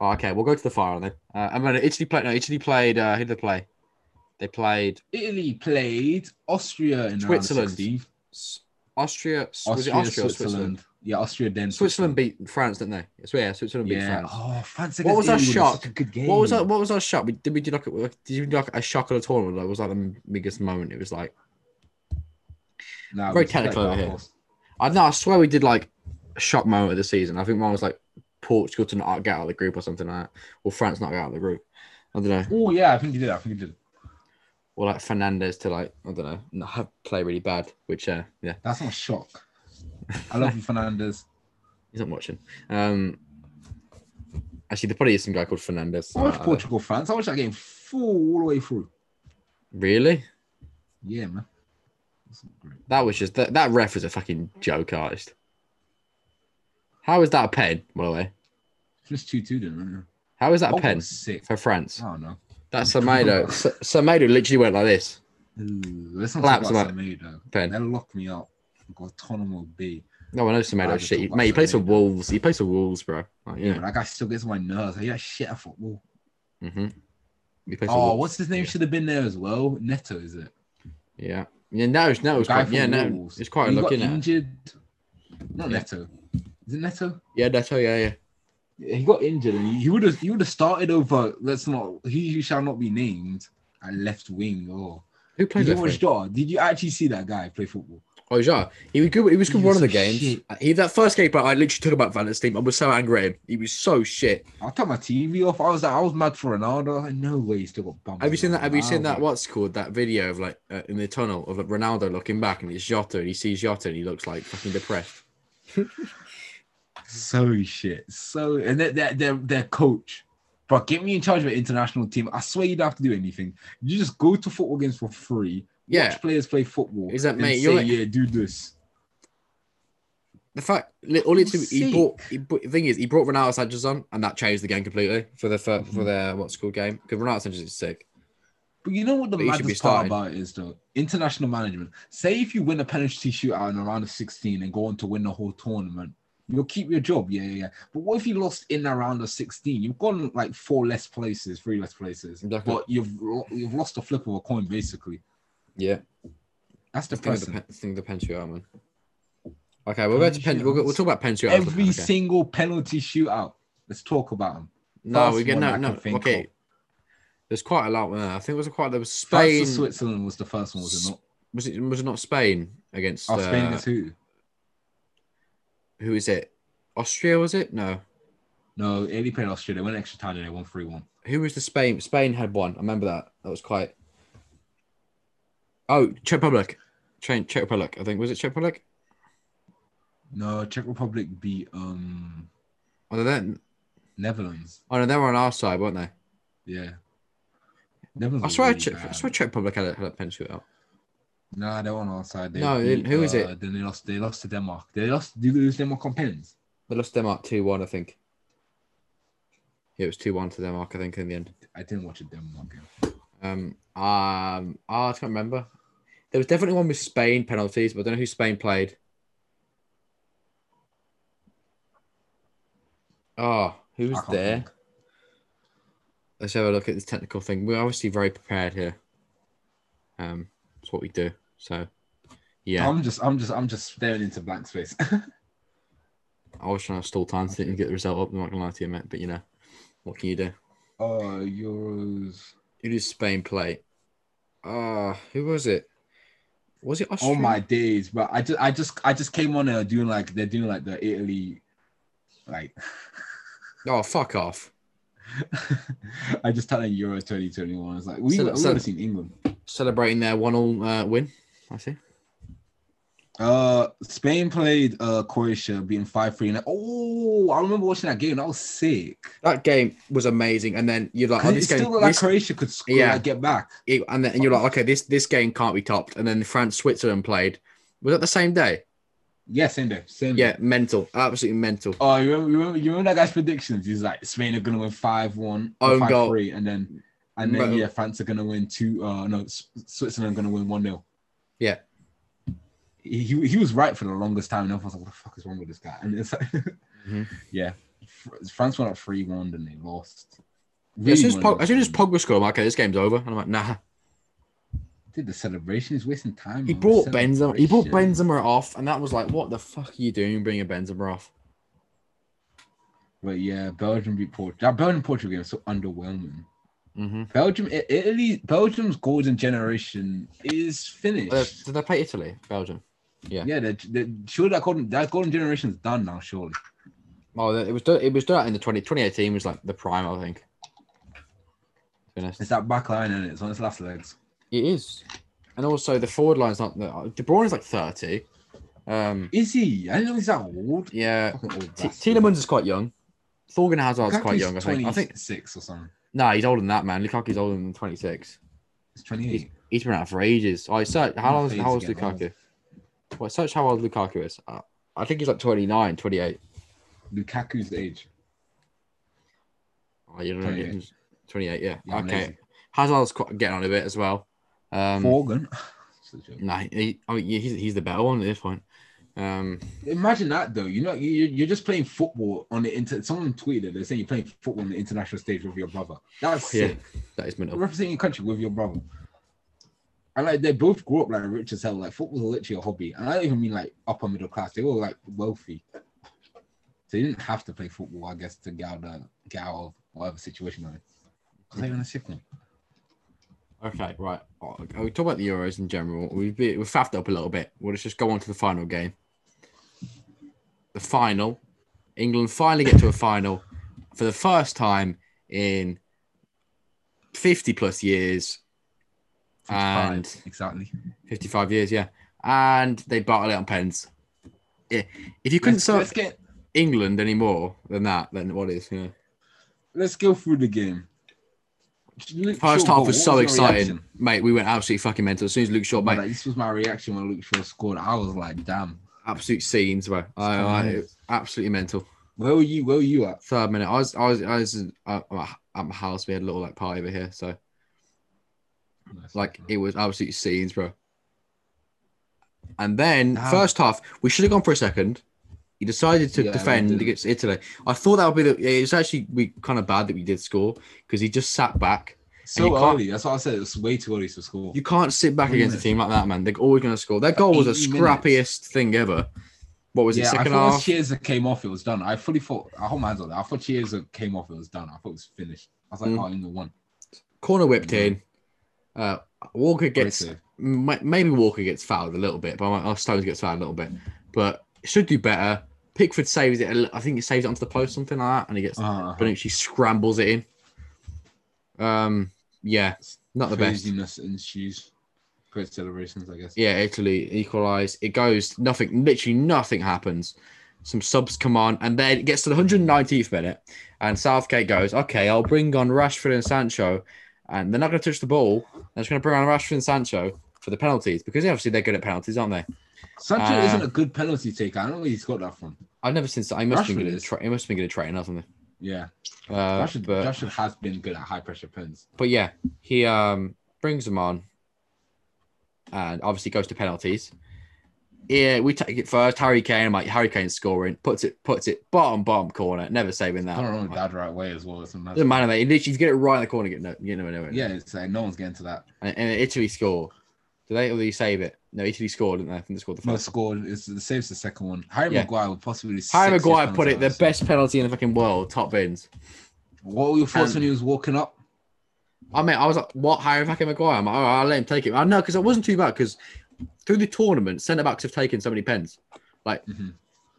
S2: oh, okay, we'll go to the final then. Uh, I mean, Italy played. No, Italy played. Uh, who did they play? They played
S1: Italy played Austria in
S2: Switzerland.
S1: Switzerland. Round of 16.
S2: S- Austria, s- was it
S1: Austria,
S2: Austria or
S1: Switzerland.
S2: Switzerland?
S1: Yeah, Austria then.
S2: Switzerland beat France, didn't they? It's- Yeah, Switzerland beat
S1: Yeah.
S2: France.
S1: Oh, France.
S2: What
S1: against
S2: was our
S1: Italy was
S2: shock?
S1: such a Good game.
S2: What was that? What was our shot? We, did we do like, a- like did you do like a shock of the tournament? Like, was that the biggest moment? It was like
S1: Nah, we
S2: Very
S1: just let
S2: technical
S1: that
S2: over here.
S1: pass.
S2: I know I swear we did like a shock moment of the season. I think mine was like Portugal to not get out of the group or something like that, or France not get out of the group. I don't know.
S1: Oh yeah, I think you did. I think you did.
S2: Or like Fernandez to like I don't know not have play really bad, which uh yeah
S1: That's not a shock. I love you, Fernandez.
S2: he's not watching. Um, actually, there probably is some guy called Fernandez.
S1: I watch
S2: Uh,
S1: Portugal, France. I watch that game full all the way through.
S2: Uh, Really?
S1: Yeah, man. That's not great.
S2: That was just that, that ref was a fucking joke artist. How is that a pen, by the way?
S1: Just two two then.
S2: How is that a
S1: Oh,
S2: pen
S1: sick.
S2: for France?
S1: I don't know.
S2: That's Samedo. S- Samedo literally went like this.
S1: Ooh, let's not
S2: Claps
S1: talk about
S2: about-
S1: Semedo.
S2: Pen.
S1: They'll lock me up. Guantanamo Bay.
S2: No, I know
S1: I
S2: Samedo.
S1: just
S2: Shit, he-
S1: thought
S2: mate, he
S1: about
S2: plays for
S1: Semedo.
S2: Wolves. He plays for Wolves, bro. Like,
S1: Yeah,
S2: yeah.
S1: but that guy still gets on my nerves. Like, yeah, shit at football.
S2: hmm He plays for
S1: Oh,
S2: Wolves.
S1: what's his name?
S2: Yeah.
S1: Should have been there as well. Neto, is it?
S2: Yeah. Yeah, no, it's- no, it's
S1: Guy
S2: quite,
S1: from
S2: yeah, no,
S1: Wolves.
S2: it's quite a
S1: he
S2: look,
S1: got
S2: isn't it?
S1: injured. Not
S2: Yeah.
S1: Neto. Is it Neto?
S2: Yeah, that's oh, yeah, yeah.
S1: he got injured and he would have he would have started over let's not he who shall not be named at left wing oh. or
S2: Who played
S1: did you
S2: that?
S1: watch
S2: for
S1: Jaw? Did you actually see that guy play football?
S2: Oh, yeah. He was good. He was good
S1: He
S2: one
S1: was
S2: of the
S1: so
S2: games.
S1: shit.
S2: He that first game, but I literally took about Van team. I was so angry at him. He was so shit.
S1: I turned my TV off. I was like, I was mad for Ronaldo. I was like, no way, he still got bumped.
S2: Have you seen that? Have you seen that?
S1: One?
S2: What's called that video of like uh, in the tunnel of like, Ronaldo looking back and it's Jota and he sees Jota and he looks like fucking depressed.
S1: So shit. So and their their their, their coach, bro, get me in charge of an international team. I swear you don't have to do anything. You just go to football games for free.
S2: Yeah,
S1: Watch players play football.
S2: Is that,
S1: and
S2: mate,
S1: Say,
S2: you're like-
S1: yeah, do this.
S2: the fact li- all it's he
S1: Sick.
S2: brought. He, brought- the thing is, he brought Ronaldo Sanchez on and that changed the game completely for the for,
S1: Mm-hmm.
S2: for their what's called game because Ronaldo Sanchez is sick.
S1: But you know what the
S2: But he should be
S1: maddest part
S2: starting.
S1: about it is, though? International management. Say if you win a penalty shootout in a round of 16 and go on to win the whole tournament, you'll keep your job. Yeah, yeah, yeah. But what if you lost in a round of 16? You've gone like four less places, three less places.
S2: Exactly.
S1: But you've lo- you've lost a flip of a coin, basically.
S2: Yeah,
S1: That's
S2: I think of the
S1: depressing.
S2: pen- think of the penalty out, man. Okay, we'll go to pen. We'll, go, we'll talk about penalty. outs.
S1: Every
S2: okay.
S1: single penalty shootout. Let's talk about them.
S2: no,
S1: first
S2: we get
S1: one
S2: no
S1: I
S2: no.
S1: can think
S2: Okay,
S1: of.
S2: there's quite a lot. There. I think it was quite there was
S1: France or
S2: Spain.
S1: Switzerland was the first one, was it not?
S2: Was it was it not Spain against?
S1: Oh, Spain
S2: uh,
S1: is who?
S2: who is it? Austria was it? No.
S1: No, Italy played Austria. They went extra time and they won 3 1.
S2: Who was the Spain? Spain had one. I remember that. That was quite. Oh, Czech Republic. Czech, Czech Republic. I think was it Czech Republic?
S1: No, Czech Republic beat um
S2: Other than
S1: Netherlands.
S2: Oh no, they were on our side, weren't they?
S1: Yeah. Netherlands
S2: I
S1: are
S2: swear,
S1: really
S2: I, checked, I
S1: bad.
S2: swear, Czech Republic had a, had a penalty out.
S1: No, they weren't outside. They
S2: No, they-
S1: beat,
S2: who is
S1: uh,
S2: it?
S1: Then they lost. They lost to Denmark. They lost. Did they lose Denmark on pins?
S2: They lost Denmark two one, I think. Yeah, it was two one to Denmark, I think, in the end.
S1: I didn't watch a Denmark game.
S2: Um, um, oh, I can't remember. There was definitely one with Spain penalties, but I don't know who Spain played. Oh, who
S1: I
S2: was
S1: can't
S2: there?
S1: think.
S2: Let's have a look at this technical thing. We're obviously very prepared here. Um, it's what we do. So, yeah,
S1: I'm just, I'm just, I'm just staring into blank space.
S2: I was trying to stall time so didn't get the result up. I'm not gonna lie to you, mate. But you know, what can you do?
S1: oh, Euros.
S2: Who did Spain play? Ah, who was it? Was it Austria?
S1: Oh my days, but I just, I just, I just came on and doing like they're doing like the Italy, like
S2: Oh, fuck off.
S1: I just typed in Euro 2021. I was like, we
S2: So-
S1: would
S2: so-
S1: have seen England.
S2: Celebrating their one all uh, win. I see.
S1: Uh, Spain played uh Croatia, being five three. Oh, I remember watching that game. That was sick.
S2: That game was amazing, and then you're like, oh,
S1: 'Cause it
S2: this game,
S1: still looked like
S2: this-
S1: Croatia could score,
S2: Yeah.
S1: like, get back.
S2: it- and then you're like, okay, this this game can't be topped. And then France Switzerland played. Was that the same day?
S1: Yeah, same day, same day.
S2: Yeah, mental, absolutely mental.
S1: Oh, you remember, you remember, you remember that guy's predictions? He's like, Spain are gonna win five one,
S2: Own
S1: five
S2: goal.
S1: three, and then and then
S2: Bro.
S1: yeah, France are gonna win two. Uh, no, S- Switzerland are gonna win one 0
S2: Yeah.
S1: He, he he was right for the longest time, and everyone's like, "What the fuck is wrong with this guy?" And it's like,
S2: Mhm.
S1: yeah, Fr- France went up three one, then they lost.
S2: Yeah, as, soon as,
S1: Really
S2: Pog,
S1: wanted
S2: as soon as
S1: to-
S2: Pogba scored, I'm like, okay, this game's over. And I'm like,
S1: Oh,
S2: nah.
S1: did the celebration, he's wasting time.
S2: He
S1: man.
S2: brought
S1: The
S2: Benzema. He brought
S1: celebration.
S2: Benzema off, and that was like, what the fuck are you doing, bringing Benzema off?
S1: But yeah, Belgium beat Portugal. That Belgium Portugal game was so underwhelming.
S2: Mm-hmm.
S1: Belgium, I- Italy, Belgium's golden generation is finished.
S2: uh, did they play Italy, Belgium? yeah.
S1: yeah, they're, they're, sure that golden that golden generation is done now. Surely,
S2: Oh, it was done. It was done in the 20, 2018 Was like the prime, I think. To be honest,
S1: it's that back line and it's on its last legs.
S2: it is. And also the forward line's not. De Bruyne's like 30. Um,
S1: Is he? I didn't know he's that old.
S2: yeah.
S1: Fucking old
S2: T-
S1: bastard.
S2: Tielemans is quite young. Thorgan Hazard's
S1: Lukaku's
S2: quite young. I think. I think.
S1: six or something.
S2: Nah, he's older than that, man. Lukaku's older than 26.
S1: It's twenty eight.
S2: He's been out for ages. I search how
S1: He
S2: old is
S1: plays
S2: how old is
S1: again,
S2: Lukaku? Well, search how old Lukaku is. Uh, I think he's like 29, 28.
S1: Lukaku's the age.
S2: Oh, you don't know,
S1: 28.
S2: 28, yeah.
S1: Yeah,
S2: okay.
S1: amazing.
S2: Hazard's quite getting on a bit as well. Um,
S1: Forgan. It's a joke.
S2: Nah, he, oh, yeah, he's, he's the better one at this point. Um,
S1: Imagine that though. You know, you, you- you're just playing football on the inter. Someone tweeted they're saying you're playing football on the international stage with your brother. That's
S2: yeah,
S1: sick.
S2: that is mental.
S1: representing your country with your brother. And like they both grew up like rich as hell. Like football's literally a hobby. And I don't even mean like upper middle class. They were like wealthy. So you didn't have to play football, I guess, to get out of, the- get out of whatever situation you're in. Was that even a sick one?
S2: Okay, right. Oh, we talk about the Euros in general. We've been, we've faffed up a little bit. Well, let's just go on to the final game. The final, England finally get to a final for the first time in fifty plus years, and
S1: exactly.
S2: fifty-five years, yeah. And they battle it on pens. Yeah, if you couldn't
S1: Let's,
S2: sell
S1: let's get
S2: England any more than that, then what is? You know?
S1: let's go through the game.
S2: First half was so exciting,
S1: exciting.
S2: mate. We went absolutely fucking mental. As soon as Luke Shaw, mate,
S1: Like, this was my reaction when Luke Shaw scored. I was like, damn.
S2: absolute scenes, bro. I, I,
S1: Nice.
S2: absolutely mental.
S1: Where were you? Where were you at?
S2: Third minute, I was, I was, I was uh, at my house. We had a little like party over here, so like
S1: Mm-hmm.
S2: it was absolutely scenes, bro. And then
S1: Damn.
S2: first half, we should have gone for a second. He decided to
S1: Yeah, we
S2: defend
S1: didn't.
S2: against Italy. I thought that would be the. It's actually we kind of bad that we did score because he just sat back. and
S1: so uh,
S2: you can't-
S1: early. That's what I said. It was way too early to score.
S2: You can't sit back
S1: Wait a
S2: against a
S1: minute.
S2: team like that, man. They're always going to score. Their goal was the
S1: 80 minutes.
S2: scrappiest thing ever. What was it?
S1: yeah, I
S2: Second
S1: thought
S2: half.
S1: once Chiesa came off, it was done. I fully thought. I hold my hands on that. I thought Chiesa came off, it was done. I thought it was finished. I was like,
S2: Mm.
S1: oh, in the one.
S2: corner whipped in. Uh, Walker
S1: Great
S2: gets
S1: save.
S2: ma- maybe Walker gets fouled a little bit, but I'm like, oh, Stones gets fouled a little bit, but should do better. Pickford saves it. a li- I think he saves it onto the post, something like that, and he gets.
S1: Uh,
S2: Bonucci scrambles it in. Um, yeah, not the best.
S1: craziness ensues. Great celebrations, I guess.
S2: Yeah, Italy equalised. It goes nothing. Literally nothing happens. Some subs come on, and then it gets to the 119th minute, and Southgate goes, "Okay, I'll bring on Rashford and Sancho, and they're not going to touch the ball. They're just going to bring on Rashford and Sancho for the penalties because obviously they're good at penalties, aren't they?
S1: Sancho
S2: Uh,
S1: isn't a good penalty taker. I don't know where he's got that from.
S2: I've never since I must have
S1: Rashford
S2: been good at
S1: is.
S2: tra- he must have been good at training, hasn't
S1: Yeah,
S2: he? Uh,
S1: Rashford,
S2: but
S1: Rashford has been good at high pressure pins.
S2: but yeah, he um brings them on, and obviously goes to penalties. Yeah, we take it first. Harry Kane, I'm like Harry Kane scoring, puts it puts it bottom bottom corner, never saving
S1: I don't
S2: that.
S1: know that right way as well. It's a
S2: Doesn't
S1: massive,
S2: matter, mate. He literally get it right in the corner, get no, you know, no,
S1: yeah, it's like no one's getting to that.
S2: And, and Italy score. Do they or they save it? No, Italy scored, didn't they? I think they scored the
S1: No
S2: first.
S1: score. It's the saves the second one. Harry
S2: Yeah.
S1: Maguire would possibly. six
S2: Harry Maguire
S1: years
S2: put it the
S1: penalty.
S2: best penalty in the fucking world, top bins.
S1: What were your thoughts
S2: And-
S1: when he was walking up?
S2: I mean, I was like, what, Harry fucking Maguire? I'm like, all right, I'll let him take it. I know, because it wasn't too bad, because through the tournament, centre backs have taken so many pens. Like,
S1: Mhm.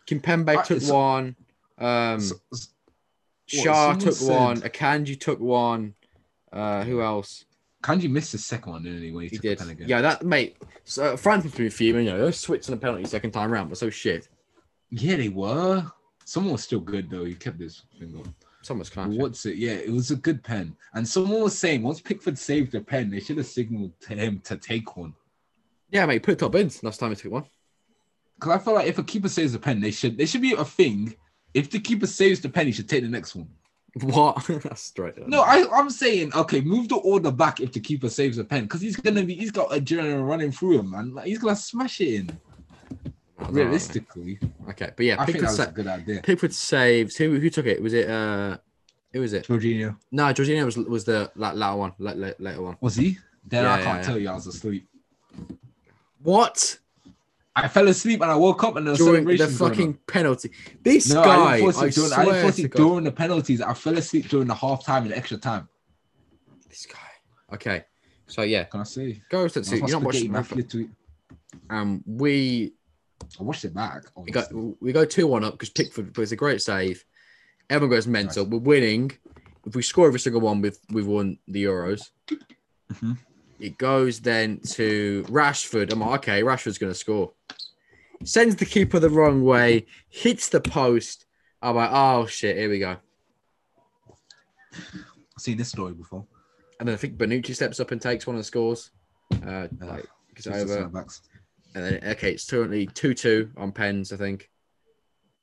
S2: Kimpembe
S1: I-
S2: took
S1: so-
S2: one, um,
S1: S- s-
S2: Shah
S1: someone
S2: took
S1: said-
S2: one, Akanji took one. Uh, who else?
S1: Kanji missed the second one, didn't he? When he,
S2: He
S1: took the
S2: did.
S1: pen again.
S2: Yeah, that, mate. So, France was pretty fuming, you know, those Switzerland penalty second time round, but so shit.
S1: Yeah, they were. Someone was still good though. He kept his finger.
S2: Someone's class.
S1: What's it? Yeah, it was a good pen. And someone was saying once Pickford saved the pen, they should have signaled to him to take one.
S2: Yeah, mate, put top bins. Last time he took one.
S1: Because I feel like if a keeper saves a pen, they should they should be a thing. If the keeper saves the pen, he should take the next one.
S2: What? That's straight.
S1: No, I, I'm saying okay, move the order back if the keeper saves a pen, because he's gonna be he's got adrenaline running through him, man. Like, he's gonna smash it in.
S2: That's
S1: Realistically,
S2: all right, mate. Okay, but yeah,
S1: I think
S2: Pickford,
S1: that was a
S2: sa-
S1: good idea.
S2: Pickford saves. Who who took it? Was it uh? Who was it?
S1: Jorginho.
S2: No, Jorginho was was the la- latter one. la- la- Later one.
S1: Was he? Then
S2: Yeah,
S1: I
S2: yeah,
S1: can't
S2: yeah.
S1: tell you I was asleep.
S2: What?
S1: I fell asleep and I woke up and there was
S2: During the
S1: celebrations going on.
S2: fucking penalty. This
S1: No,
S2: guy.
S1: I didn't force
S2: I
S1: it during, I
S2: swear
S1: didn't force
S2: to
S1: it
S2: God.
S1: during the penalties. I fell asleep during the half time and extra time.
S2: This guy. Okay. So yeah,
S1: Can I say?
S2: goes to
S1: I
S2: you
S1: was
S2: don't watch
S1: spaghetti
S2: the
S1: mafia tweet.
S2: Um, we
S1: I watched it back.
S2: we got
S1: obviously.
S2: we go two one up because Pickford was a great save. Everyone goes mental. We're winning. If we score every single one, we've we've won the Euros.
S1: Mhm.
S2: It goes then to Rashford. I'm like, okay, Rashford's going to score. Sends the keeper the wrong way, hits the post. I'm like, oh shit, here we go.
S1: I've seen this story before.
S2: And then I think Benucci steps up and takes one and scores. Uh, like, it's
S1: Just the
S2: over.
S1: centre-backs.
S2: And then, okay, it's currently 2 2 on pens, I think.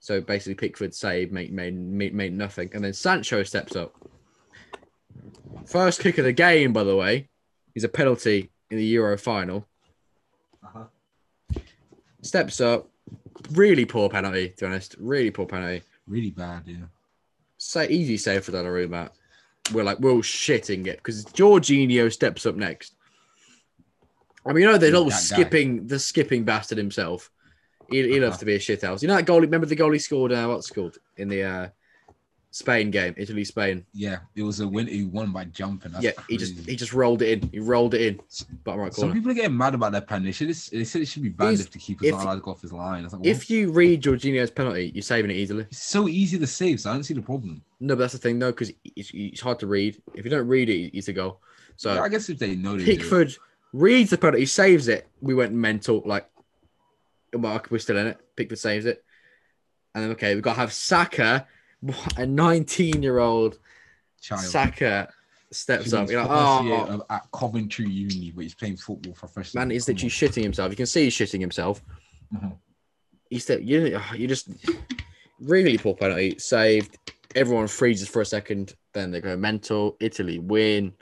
S2: So basically, Pickford saved, made, made, made, made nothing. And then Sancho steps up. First kick of the game, by the way, is a penalty in the Euro final.
S1: Uh-huh.
S2: Steps up. Really poor penalty, to be honest. Really poor penalty.
S1: Really bad, yeah.
S2: Say easy save for Donnarumma. We're like, we're all shitting it because Jorginho steps up next. I mean, you know, they're
S1: He's
S2: all
S1: that guy.
S2: skipping the skipping bastard himself. He, he loves
S1: Uh-huh.
S2: to be a shithouse. You know that goalie? Remember the goalie scored? Uh, what's it called in the uh, Spain game? Italy Spain.
S1: Yeah, it was a win. He won by jumping. That's
S2: yeah, he just
S1: crazy.
S2: he just rolled it in. He rolled it in. Bottom right
S1: Some
S2: corner.
S1: people are getting mad about that pen. They, should, they said it should be banned
S2: He's-
S1: if the keeper's
S2: if-
S1: not allowed to go off his line. I was like, well,
S2: If you read Jorginho's penalty, you're saving it easily.
S1: it's so easy to save, so I don't see the problem.
S2: No, but that's the thing though, because it's, it's hard to read. If you don't read it, it's a goal. So
S1: I guess if they know they do it.
S2: Pickford reads the penalty, saves it. We went mental, like, well, we're still in it. Pickford saves it. And then, okay, we've got to have Saka, a 19 year old
S1: child.
S2: Saka steps
S1: He's
S2: up. You're like,
S1: first year
S2: oh,
S1: of- at Coventry Uni, but he's playing football professionally.
S2: man, he's
S1: Come
S2: literally shitting himself. You can see he's shitting himself.
S1: on. Mhm.
S2: He step, you, you just really poor penalty, saved. Everyone freezes for a second, then they go mental. Italy win,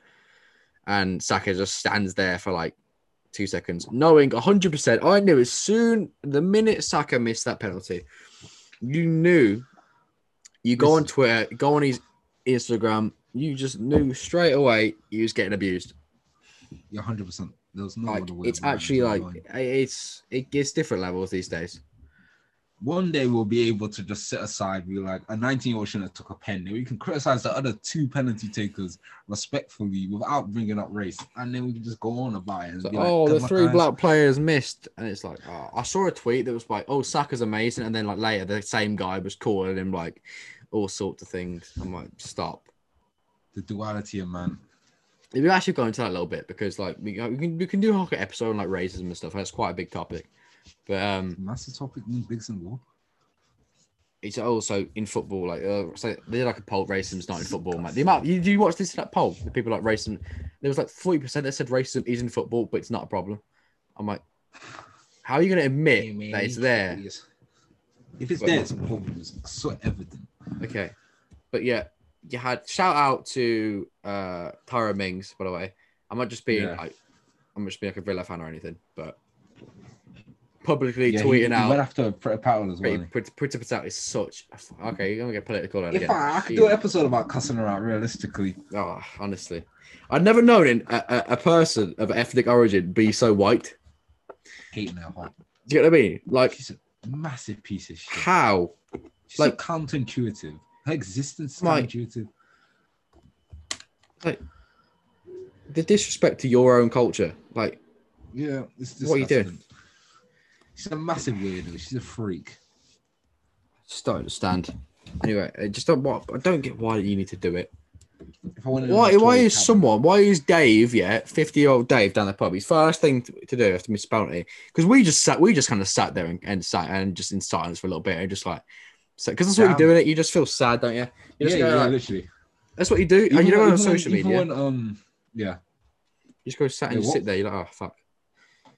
S2: and Saka just stands there for like two seconds, knowing 100%. I knew as soon the minute Saka missed that penalty, you knew. You go on
S1: This-
S2: Twitter, go on his Instagram. You just knew straight away he was getting abused.
S1: Yeah, hundred percent. There was no
S2: Like
S1: other way.
S2: it's
S1: around
S2: actually
S1: it.
S2: like it's it gets different levels these days.
S1: one day we'll be able to just sit aside. Be like a nineteen-year-old shouldn't have took a pen. Then we can criticize the other two penalty takers respectfully without bringing up race, and then we can just go on about it. And
S2: It's like,
S1: be like,
S2: oh, the
S1: "Come
S2: three
S1: on,
S2: black players missed, and it's like oh, I saw a tweet that was like, "Oh, Saka's amazing," and then like later the same guy was calling him like all sorts of things. I'm like, stop.
S1: The duality of man.
S2: We actually go into that a little bit because like we, uh, we can we can do like an episode on like racism and stuff. That's quite a big topic, but um,
S1: Massive topic in Big Single.
S2: it's also in football, like uh, so they're like a poll. Racism's not in football, mate. The amount you, you watch this that poll, the people like racism. There was like forty percent that said racism is in football, but it's not a problem. I'm like, how are you going to admit
S1: Yeah, man,
S2: that it's
S1: you-
S2: there?
S1: yes. If it's
S2: But-
S1: there, it's a problem. It's so evident.
S2: Okay, but yeah, you had shout out to uh Tyra Mings, by the way. I'm not just being
S1: Yeah.
S2: like, I'm not just being like a Villa fan or anything, but publicly
S1: Yeah, he-
S2: tweeting
S1: he
S2: out.
S1: went after Pr- Powell as well.
S2: Pretty,
S1: didn't he?
S2: pretty, pretty Patel is such. a f- Okay, you're gonna get political
S1: If
S2: again.
S1: I, I could do an episode about cussing her out realistically,
S2: Oh, honestly, I'd never known in a, a, a person of ethnic origin be so white.
S1: hating her heart.
S2: Do you know what I mean? Like
S1: She's a massive piece of shit.
S2: how?
S1: She's like,
S2: like-
S1: so counterintuitive. Her existence is
S2: Like-
S1: counterintuitive.
S2: The disrespect to your own culture. Like
S1: Yeah, it's disgusting.
S2: What are you doing?
S1: She's a massive weirdo. She's a freak.
S2: just don't understand. Anyway, I just don't. What I don't get why you need to do it.
S1: If I wanted to
S2: Why?
S1: know
S2: Why
S1: Tory
S2: is
S1: Cabot-
S2: someone? Why is Dave? Yeah, fifty-year-old Dave down the pub. His first thing to, to do after miss penalty because we just sat. We just kind of sat there and, and sat and just in silence for a little bit and just like. Because that's what
S1: Damn.
S2: you're doing. It you just feel sad, don't you? you
S1: Yeah,
S2: just
S1: yeah,
S2: go, like,
S1: literally.
S2: that's what you do. and you
S1: Even when-
S2: don't go on
S1: even when-
S2: social
S1: even
S2: media.
S1: when, um, yeah.
S2: You just go sat and
S1: Yeah,
S2: you
S1: what-
S2: sit there. You're like, oh fuck.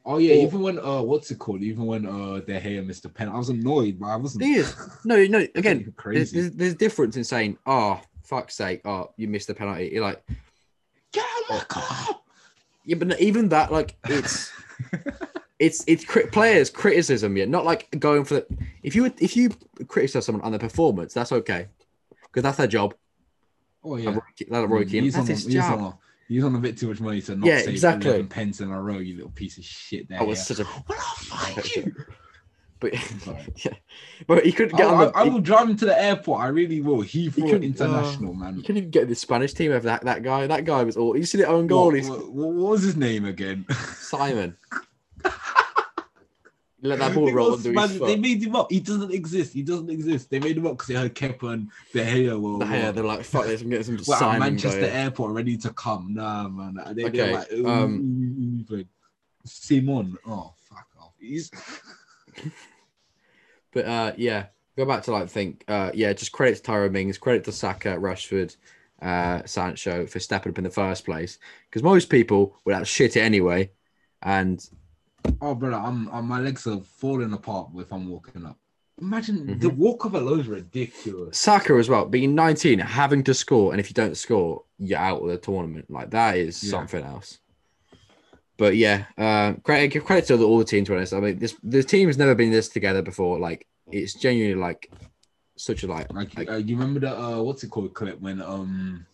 S1: Oh yeah.
S2: Or-
S1: even when uh, what's it called? Even when uh, De Gea missed a pen, I was annoyed, but I wasn't.
S2: Thing is, no, no. Again, there's,
S1: crazy.
S2: there's, there's a difference in saying, oh fuck's sake, oh you missed the penalty. You're like,
S1: Get out of my car!
S2: yeah, but even that, like, it's it's it's cri- players criticism. Yeah, not like going for the. If you if you criticize someone on their performance, that's okay, because that's their job.
S1: Oh yeah.
S2: Yeah. That's Roy Keane.
S1: He's on,
S2: That's
S1: the-
S2: his
S1: he's, on,
S2: job.
S1: a- he's on a bit too much money to not
S2: Yeah,
S1: save
S2: exactly.
S1: 11 pence in a row, you little piece of shit there.
S2: That was such a.
S1: Well, I'll fight you.
S2: But
S1: Sorry.
S2: yeah, but he couldn't
S1: I,
S2: get on the.
S1: I- I
S2: he-
S1: will drive him to the airport. I really will. He for
S2: couldn't-
S1: international,
S2: You
S1: man.
S2: couldn't even get the Spanish team over that, that guy. That guy was all. You see the own goal.
S1: What,
S2: He's
S1: what, what was his name again?
S2: Simon. He Let that ball
S1: It
S2: roll
S1: was
S2: under his
S1: Spanish- They
S2: foot.
S1: made him up. He doesn't exist. He doesn't exist. They made him up because they heard Kepa and De Gea were,
S2: The hair,
S1: were,
S2: they're like, fuck this, I'm getting some
S1: were at
S2: Simon.
S1: Manchester
S2: going.
S1: airport ready to come. Nah, man. They,
S2: Okay,
S1: They're like, ooh,
S2: um,
S1: ooh, ooh, ooh, ooh. Simon. Oh, fuck off. He's
S2: But uh, yeah, go back to like think. Uh, yeah, just credit to Tyro Mings, credit to Saka, Rashford, uh, Sancho for stepping up in the first place. Because most people would have shit it anyway. And
S1: Oh, brother, I'm, i my legs are falling apart if I'm walking up. Imagine the
S2: Mm-hmm.
S1: walk of a load is ridiculous.
S2: Saka as well, being 19, having to score. And if you don't score, you're out of the tournament. Like that is
S1: Yeah.
S2: something else. But yeah, uh, credit, give credit to the, all the teams. To be honest, I mean, this the team has never been this together before. Like it's genuinely like such a like.
S1: Like, uh, you remember the uh, what's it called clip when um,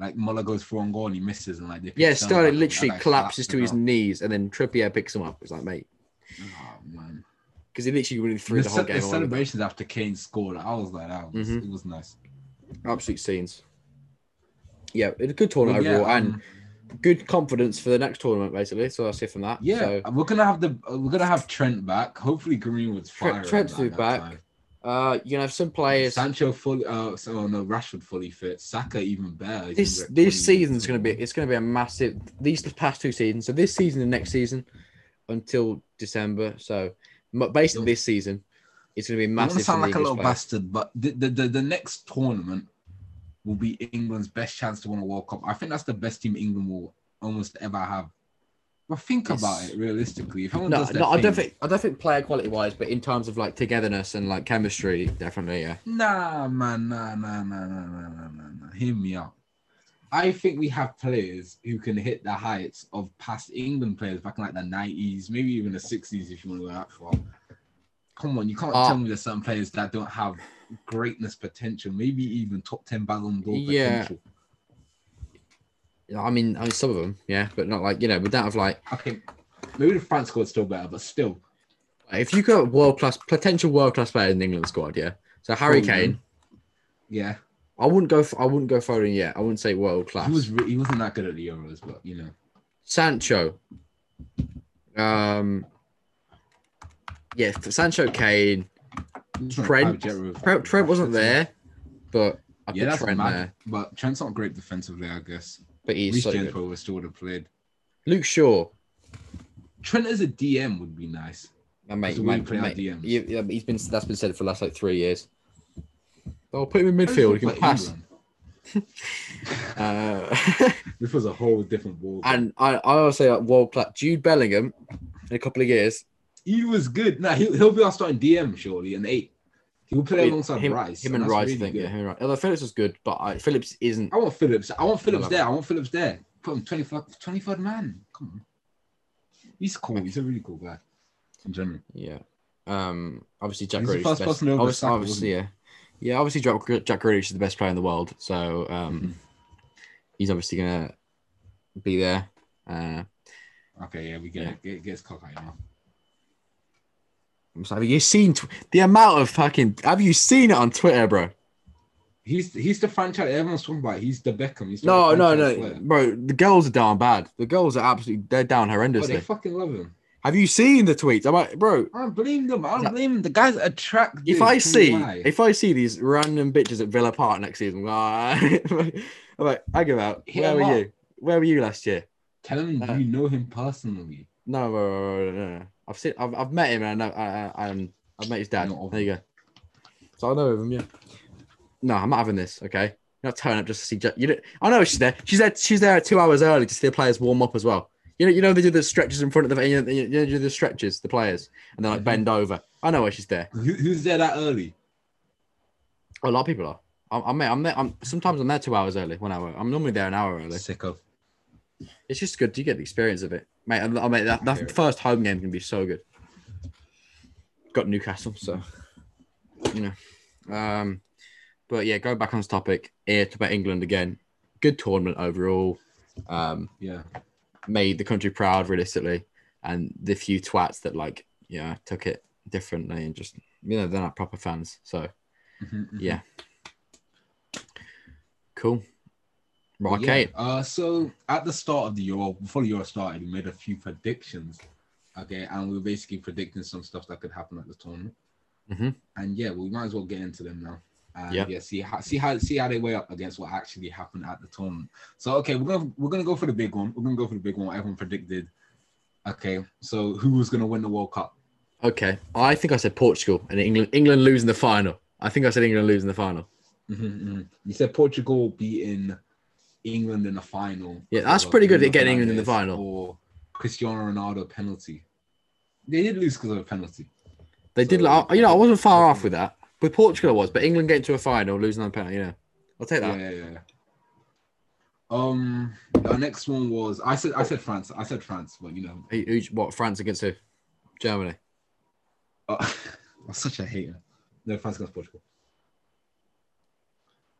S1: like Muller goes for on goal and he misses and like they pick
S2: Yeah,
S1: Sterling
S2: Sterling
S1: up.
S2: literally
S1: That guy
S2: collapses to
S1: slapped
S2: his
S1: him
S2: knees, and then Trippier picks him up. It's like, mate,
S1: up. Oh, man.
S2: because he literally went
S1: The,
S2: through the, whole
S1: ce- the
S2: game. on with
S1: celebrations after Kane scored, I was like, that was,
S2: Mhm.
S1: it was nice.
S2: that. Absolute scenes. Yeah, it's a good tournament
S1: But yeah,
S2: overall,
S1: um,
S2: and good confidence for the next tournament, basically. So that's it from that.
S1: yeah,
S2: So,
S1: we're gonna have the uh, we're gonna have Trent back. Hopefully, Greenwood's
S2: Trent-
S1: firing.
S2: Trent's
S1: by that
S2: back.
S1: time.
S2: uh, you know, some players.
S1: Sancho fully. Uh, so oh, no, Rashford fully fit. Saka even better. He's
S2: This
S1: gonna get
S2: this
S1: 20
S2: season's gonna be it's gonna be a massive. These past two seasons, so this season and next season, until December. So, mu- basically, this season, it's gonna be
S1: I'm gonna
S2: massive. for
S1: sound like a
S2: the English
S1: little
S2: players.
S1: bastard, but the, the, the, the next tournament will be England's best chance to win a World Cup. I think that's the best team England will almost ever have. But think
S2: Yes.
S1: about it realistically. If everyone
S2: No,
S1: does their
S2: no, I don't
S1: thing-
S2: think I don't think player quality wise, but in terms of like togetherness and like chemistry, definitely, yeah.
S1: Nah, man, nah, nah, nah, nah, nah, nah, nah, nah. Hear me out. I think we have players who can hit the heights of past England players back in like the 90s, maybe even the 60s if you want to go that far. Come on, you can't
S2: Uh,
S1: tell me there's certain players that don't have greatness potential, maybe even top 10 Ballon d'Or
S2: Yeah.
S1: potential.
S2: I mean, I mean some of them, yeah, but not like you know, we don't have like
S1: Okay, maybe the France squad's still better, but still.
S2: if you got world class potential world class player in the England squad, yeah. So Harry
S1: Foden.
S2: Kane,
S1: Yeah,
S2: I wouldn't go, f I wouldn't go Foden yet. I wouldn't say world class.
S1: he was re- he wasn't that good at the Euros, but you know,
S2: Sancho, um, yeah, for Sancho, Kane,
S1: He wasn't
S2: Trent-
S1: like Pep Gerrard.
S2: Trent, Trent wasn't there, but I
S1: Yeah,
S2: put
S1: that's
S2: Trent
S1: mad.
S2: there,
S1: But Trent's not great defensively, I guess.
S2: but he's
S1: Reece
S2: so
S1: James
S2: good.
S1: probably would still would have played.
S2: Luke Shaw,
S1: Trent as a DM would be nice.
S2: And mate,
S1: That's the way we
S2: mate,
S1: play our
S2: mate,
S1: DMs.
S2: you- yeah, but he's been that's been said for the last like three years. They'll put him in midfield. He
S1: Like
S2: can pass.
S1: England.
S2: Uh,
S1: This was a whole different ball.
S2: and I, I always say like world class. Jude Bellingham in a couple of years.
S1: he was good. Nah, he'll, he'll be our starting DM surely, an eight. He will play
S2: Him,
S1: alongside
S2: him,
S1: Rice.
S2: him and
S1: that's
S2: Rice,
S1: really
S2: I think.
S1: good.
S2: Yeah, him and Rice. Although Phillips was good, but I, Phillips isn't.
S1: I want Phillips. I want Phillips
S2: Love
S1: there. I want Phillips there. Put him 23rd, 23rd man. Come on. He's cool. He's a really cool guy. In general.
S2: Yeah. Um. Obviously, Jack
S1: He's the
S2: Grealish.
S1: first
S2: best-
S1: person over
S2: obviously,
S1: Saka,
S2: obviously, yeah. Yeah. Obviously, Jack, Gr- Jack Grealish is the best player in the world. So um,
S1: Mm-hmm.
S2: he's obviously gonna be there. Uh,
S1: Okay, yeah, we get
S2: Yeah.
S1: it. Get, get his cock out, man.
S2: I'm sorry, have you seen tw- the amount of fucking? Have you seen it on Twitter, bro?
S1: He's he's the franchise everyone's talking about. He's the Beckham. He's the
S2: No, no,
S1: franchise
S2: no,
S1: player.
S2: bro. The girls are down bad. The girls are absolutely they're down
S1: But they
S2: horrendously.
S1: fucking love him.
S2: Have you seen the tweets? I'm like, bro.
S1: I don't blame them. I
S2: No.
S1: don't blame them. The guy's attractive.
S2: If I
S1: to
S2: see,
S1: why.
S2: if I see these random bitches at Villa Park next season, I'm like, I go out.
S1: Hit
S2: Where
S1: 'em
S2: were
S1: up.
S2: you? Where were you last year?
S1: tell him
S2: Uh,
S1: you know him personally.
S2: No, no, no, no, no, no. I've seen, I've, I've met him, and I know, I, I, I'm, I've met his dad.
S1: Not of
S2: There you go. So I know of him, yeah. No, I'm not having this. Okay, you're not turning up just to see. Jack. You, know, I know she's there. She's there. She's there two hours early to see the players warm up as well. You know, you know they do the stretches in front of the, you know, you know, they do the stretches, the players, and then like
S1: Mhm.
S2: bend over. I know why she's there.
S1: Who, who's there that early?
S2: A lot of people are. I'm, I'm, there- I'm there. I'm sometimes I'm there two hours early, one hour. I'm normally there an hour early.
S1: Sick of.
S2: It's just good. You get the experience of it, mate. I, I mean, that, that first home game can be so good. Got Newcastle, so you know. Um, but yeah, go back on this topic. Here to about England again. Good tournament overall. Um,
S1: Yeah.
S2: made the country proud, realistically, and the few twats that like you know took it differently and just you know they're not proper fans. So
S1: Mhm, mhm.
S2: yeah, cool. Right,
S1: Yeah,
S2: okay.
S1: Uh, so at the start of the Euro, before the Euro started, we made a few predictions. Okay, and we were basically predicting some stuff that could happen at the tournament.
S2: Mhm.
S1: And yeah, we might as well get into them now. And
S2: Yeah.
S1: yeah, see how see how see how they weigh up against what actually happened at the tournament. So okay, we're gonna we're gonna go for the big one. We're gonna go for the big one. what Everyone predicted. Okay, so who was gonna win the World Cup?
S2: Okay, I think I said Portugal and England. England losing the final. I think I said England losing the final.
S1: Mm-hmm. You said Portugal beating England in the final.
S2: Yeah, that's
S1: Well,
S2: pretty good
S1: Bruno
S2: at getting England in the
S1: Fernandes
S2: final.
S1: Or Cristiano Ronaldo penalty. They did lose because of a penalty.
S2: They did.
S1: So-
S2: Like, I- you know, I wasn't far off with that. With Portugal, I was, but England getting to a final, losing on penalty. You know, I'll take
S1: Yeah,
S2: that.
S1: yeah, yeah. yeah. Um, our next one was I said I said France. I said France, but you know,
S2: Who- who's- what France against who? Germany.
S1: uh, I'm such a hater. No, France against Portugal.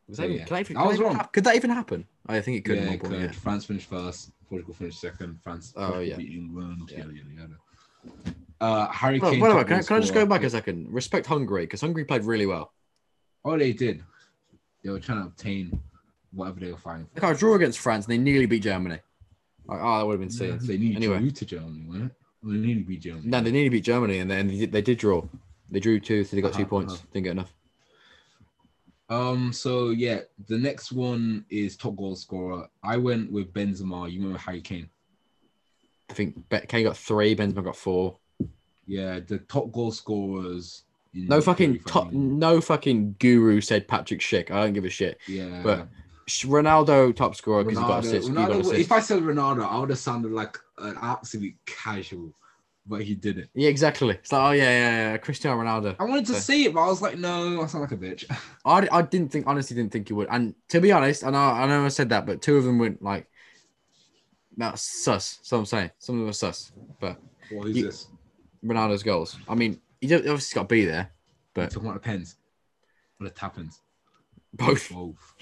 S2: Was
S1: So,
S2: that even-
S1: yeah.
S2: can that even-
S1: I
S2: can
S1: was
S2: that even
S1: wrong.
S2: hap- Could that even happen? I think it could. at
S1: yeah,
S2: one point,
S1: correct.
S2: yeah.
S1: France finished first. Portugal finished second. France.
S2: Oh,
S1: Portugal
S2: yeah.
S1: beat England.
S2: Yeah.
S1: Yada yada yada. Uh, Harry
S2: Well,
S1: Kane.
S2: well, well,
S1: top
S2: can, I,
S1: goal
S2: can I just go
S1: scorer.
S2: back a second? Respect Hungary because Hungary played really well.
S1: Oh, they did. They were trying to obtain whatever they were fighting for.
S2: They got a draw against France and they nearly beat Germany. Like, oh, that would have been sick.
S1: They needed
S2: Anyway.
S1: to move to Germany, weren't it? They needed to be Germany.
S2: No, they nearly beat Germany, and then they did, they did draw. They drew two, so they got two
S1: Uh-huh,
S2: points.
S1: uh-huh.
S2: Didn't get enough.
S1: Um. So yeah, the next one is top goal scorer. I went with Benzema. You went with Harry Kane.
S2: I think Be- Kane got three, Benzema got four.
S1: Yeah, the top goal scorers. in
S2: No
S1: the
S2: fucking
S1: Premier
S2: top,
S1: League.
S2: no fucking guru said Patrick Schick. I don't give a shit.
S1: Yeah,
S2: but Sh- Ronaldo top scorer because he got
S1: Ronaldo,
S2: assists. he got
S1: Ronaldo,
S2: assists.
S1: if I said Ronaldo, I would have sounded like an absolute casual, but he didn't.
S2: Yeah, exactly. It's like, oh yeah, yeah, yeah. Cristiano Ronaldo.
S1: I wanted to
S2: So-
S1: say it, but I was like, no, I sound like a bitch.
S2: I, I didn't think, honestly, didn't think he would. And to be honest, and I, I know I said that, but two of them went like, that's sus. So I'm saying some of them are sus. But
S1: What is
S2: You-
S1: this?
S2: Ronaldo's goals. I mean, he don't- obviously got to be there.
S1: You're talking about the pens or the tappins?
S2: Both.
S1: Both.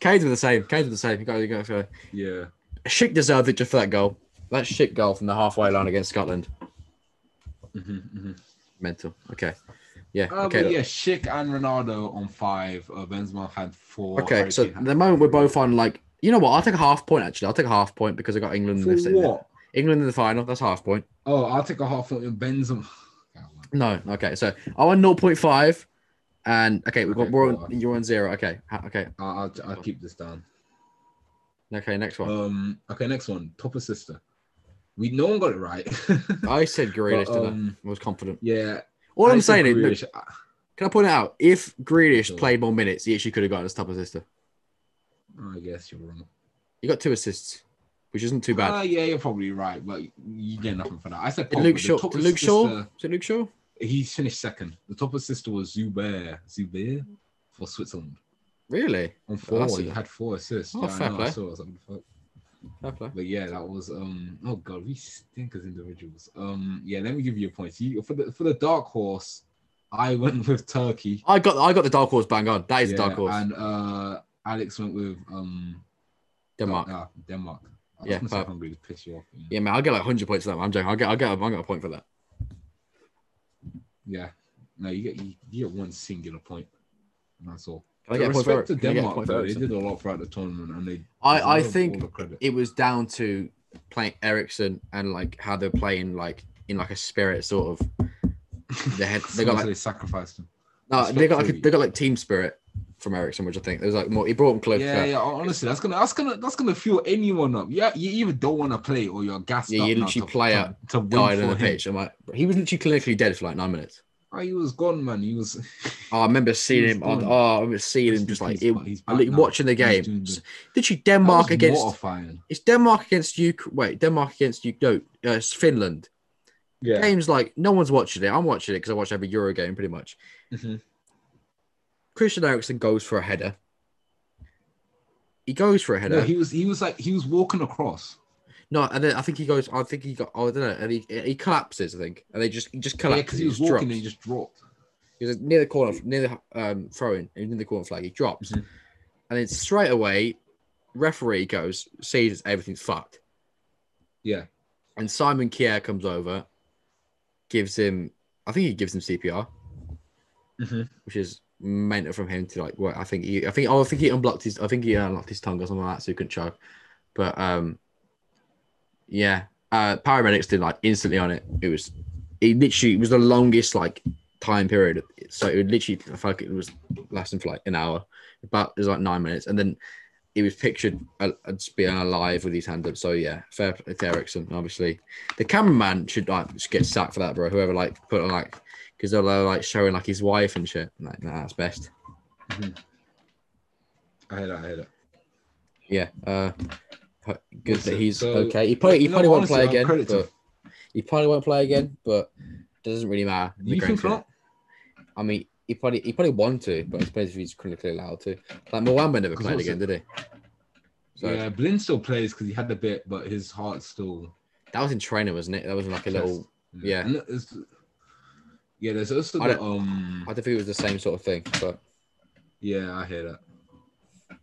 S2: Canes were the same. Canes were the same. You got, you got, uh,
S1: Yeah.
S2: Schick deserved it just for that goal. That Schick goal from the halfway line against Scotland.
S1: Mm-hmm, hmm
S2: Mental. Okay. Yeah.
S1: Uh,
S2: okay.
S1: but yeah, Schick and Ronaldo on five. Uh, Benzema had four.
S2: okay.
S1: Harry
S2: So
S1: Kane had
S2: the moment we're
S1: three.
S2: both on, like, you know what? I'll take a half point actually. I'll take a half point because I got England. in
S1: For
S2: the-
S1: what?
S2: England in the final. That's half point.
S1: Oh, I'll take a half point in Benzema.
S2: No. Okay. So I won 0.5. And okay, we've got
S1: Okay,
S2: we're
S1: cool.
S2: on, you're on zero. Okay. ha- Okay.
S1: I'll, I'll, I'll keep this down.
S2: Okay. Next one.
S1: Um. Okay, next one. Top sister. We no one got it right.
S2: I said Grealish.
S1: But,
S2: didn't I?
S1: um,
S2: I was confident.
S1: yeah.
S2: All
S1: Uh, I
S2: I'm
S1: said
S2: saying is, look,
S1: Grealish. I-
S2: Can I point out if Grealish
S1: Sure.
S2: played more minutes, he actually could have gotten his top assister.
S1: I guess you're wrong.
S2: He got two assists, which isn't too bad.
S1: Uh, yeah, you're probably right, but you get nothing for that. I said
S2: Did
S1: Pogba,
S2: Luke
S1: the
S2: Shaw.
S1: top uh,
S2: Did Luke
S1: assister-
S2: Shaw. Is it Luke Shaw?
S1: He finished second. The top assister was Zubair. Zubair for Switzerland.
S2: Really?
S1: On
S2: Oh,
S1: four,
S2: that's
S1: he
S2: a-
S1: had four assists.
S2: Oh,
S1: yeah, I
S2: fair
S1: know, I
S2: play.
S1: saw it, I was like, what the fuck?
S2: Fair play.
S1: But yeah, that was um. Oh god, we stink as individuals. Um. Yeah, let me give you a point. You for the for the dark horse, I went with Turkey.
S2: I got I got the dark horse bang on. That is the dark
S1: Yeah,
S2: horse.
S1: And uh, Alex went with um
S2: Denmark.
S1: Uh, Denmark. I
S2: Yeah,
S1: yeah,
S2: but-
S1: hungry to piss you off. you know.
S2: Yeah, man, I'll get like hundred points for that. One. I'm joking. I'll get I'll get I'll get a point for that.
S1: Yeah. No, you get you, you get one singular point, and that's all.
S2: Can I
S1: But
S2: get a point for
S1: respect
S2: it?
S1: to
S2: Can I get a
S1: Denmark,
S2: point for
S1: though, they
S2: Eriksen?
S1: did a lot throughout the tournament, and they.
S2: I, I
S1: deserve all
S2: think
S1: the credit.
S2: it was down to playing Ericsson and like how they're playing like in like a spirit sort of they had they
S1: Someone said
S2: got like
S1: they sacrificed him.
S2: no, they got like
S1: Respectfully.
S2: they got like team spirit from Ericsson, which I think there's like more he brought them close.
S1: Yeah, yeah. Honestly, that's gonna that's gonna that's gonna fuel anyone up. Yeah, you either don't want to play or you're gassed
S2: Yeah,
S1: up.
S2: you
S1: now
S2: literally
S1: to,
S2: play
S1: to,
S2: out,
S1: to win
S2: died on
S1: for
S2: the
S1: him.
S2: pitch. I'm like he was literally clinically dead for like nine minutes.
S1: Oh, he was gone, man. He was.
S2: Oh, I remember seeing
S1: was
S2: him on
S1: gone.
S2: oh I remember seeing him just like it,
S1: he's
S2: I
S1: back
S2: literally
S1: now.
S2: watching the
S1: He's doing
S2: game.
S1: good.
S2: Literally
S1: That
S2: Denmark
S1: was
S2: against
S1: mortifying.
S2: it's Denmark against Ukraine. Wait, Denmark against Ukraine. No, uh, it's Finland.
S1: Yeah.
S2: Games like no one's watching it. I'm watching it because I watch every Euro game pretty much.
S1: Mhm.
S2: Christian Eriksen goes for a header. He goes for a header.
S1: No,
S2: No,
S1: he was he was like he was walking across.
S2: and then I think he goes. I think he got. Oh, I don't know. And he he collapses. I think, and they just he just
S1: Yeah,
S2: collapses.
S1: because
S2: he,
S1: he was
S2: just
S1: walking
S2: drops.
S1: and he
S2: He,
S1: just dropped.
S2: was near the corner, near the um throwing, he was near the corner flag. He drops,
S1: Mhm.
S2: and then straight away, referee goes, sees everything's fucked.
S1: Yeah.
S2: And Simon Kier comes over, gives him, I think he gives him CPR,
S1: Mhm.
S2: which is mental from him to like, well, I think he, I think, oh, I think he unblocked his, I think he uh, unlocked his tongue or something like that, so he couldn't chug. But um, yeah, uh, paramedics did like instantly on it. It was, it literally it was the longest like time period. So it would literally, I feel like it was lasting for like an hour, but it was like nine minutes, and then he was pictured uh, as being alive with his hand up. So yeah, fair play to Ericsson. Obviously, the cameraman should like just get sacked for that, bro. Whoever like put on like because they're like showing like his wife and shit. Like nah, that's best.
S1: I heard it. I heard it.
S2: Yeah. Uh, h- good
S1: What's
S2: that
S1: it?
S2: he's
S1: So-
S2: okay. He probably he
S1: No,
S2: probably won't
S1: honestly,
S2: play
S1: I'll
S2: again.
S1: credit to
S2: But he probably won't play again. But it doesn't really matter. in the
S1: You
S2: grand
S1: think
S2: final.
S1: not?
S2: I mean, he probably he probably want to, but I suppose if he's clinically allowed to. Like Mwamba never
S1: 'Cause
S2: played
S1: what's
S2: again, did he? So
S1: Yeah, Blin still plays because he had the bit, but his heart's still.
S2: that was in training, wasn't it? That was in, like a
S1: Chest.
S2: little Yeah.
S1: And it's- yeah, there's also
S2: I
S1: the, um.
S2: I don't think it was the same sort of thing, but
S1: Yeah, I hear that.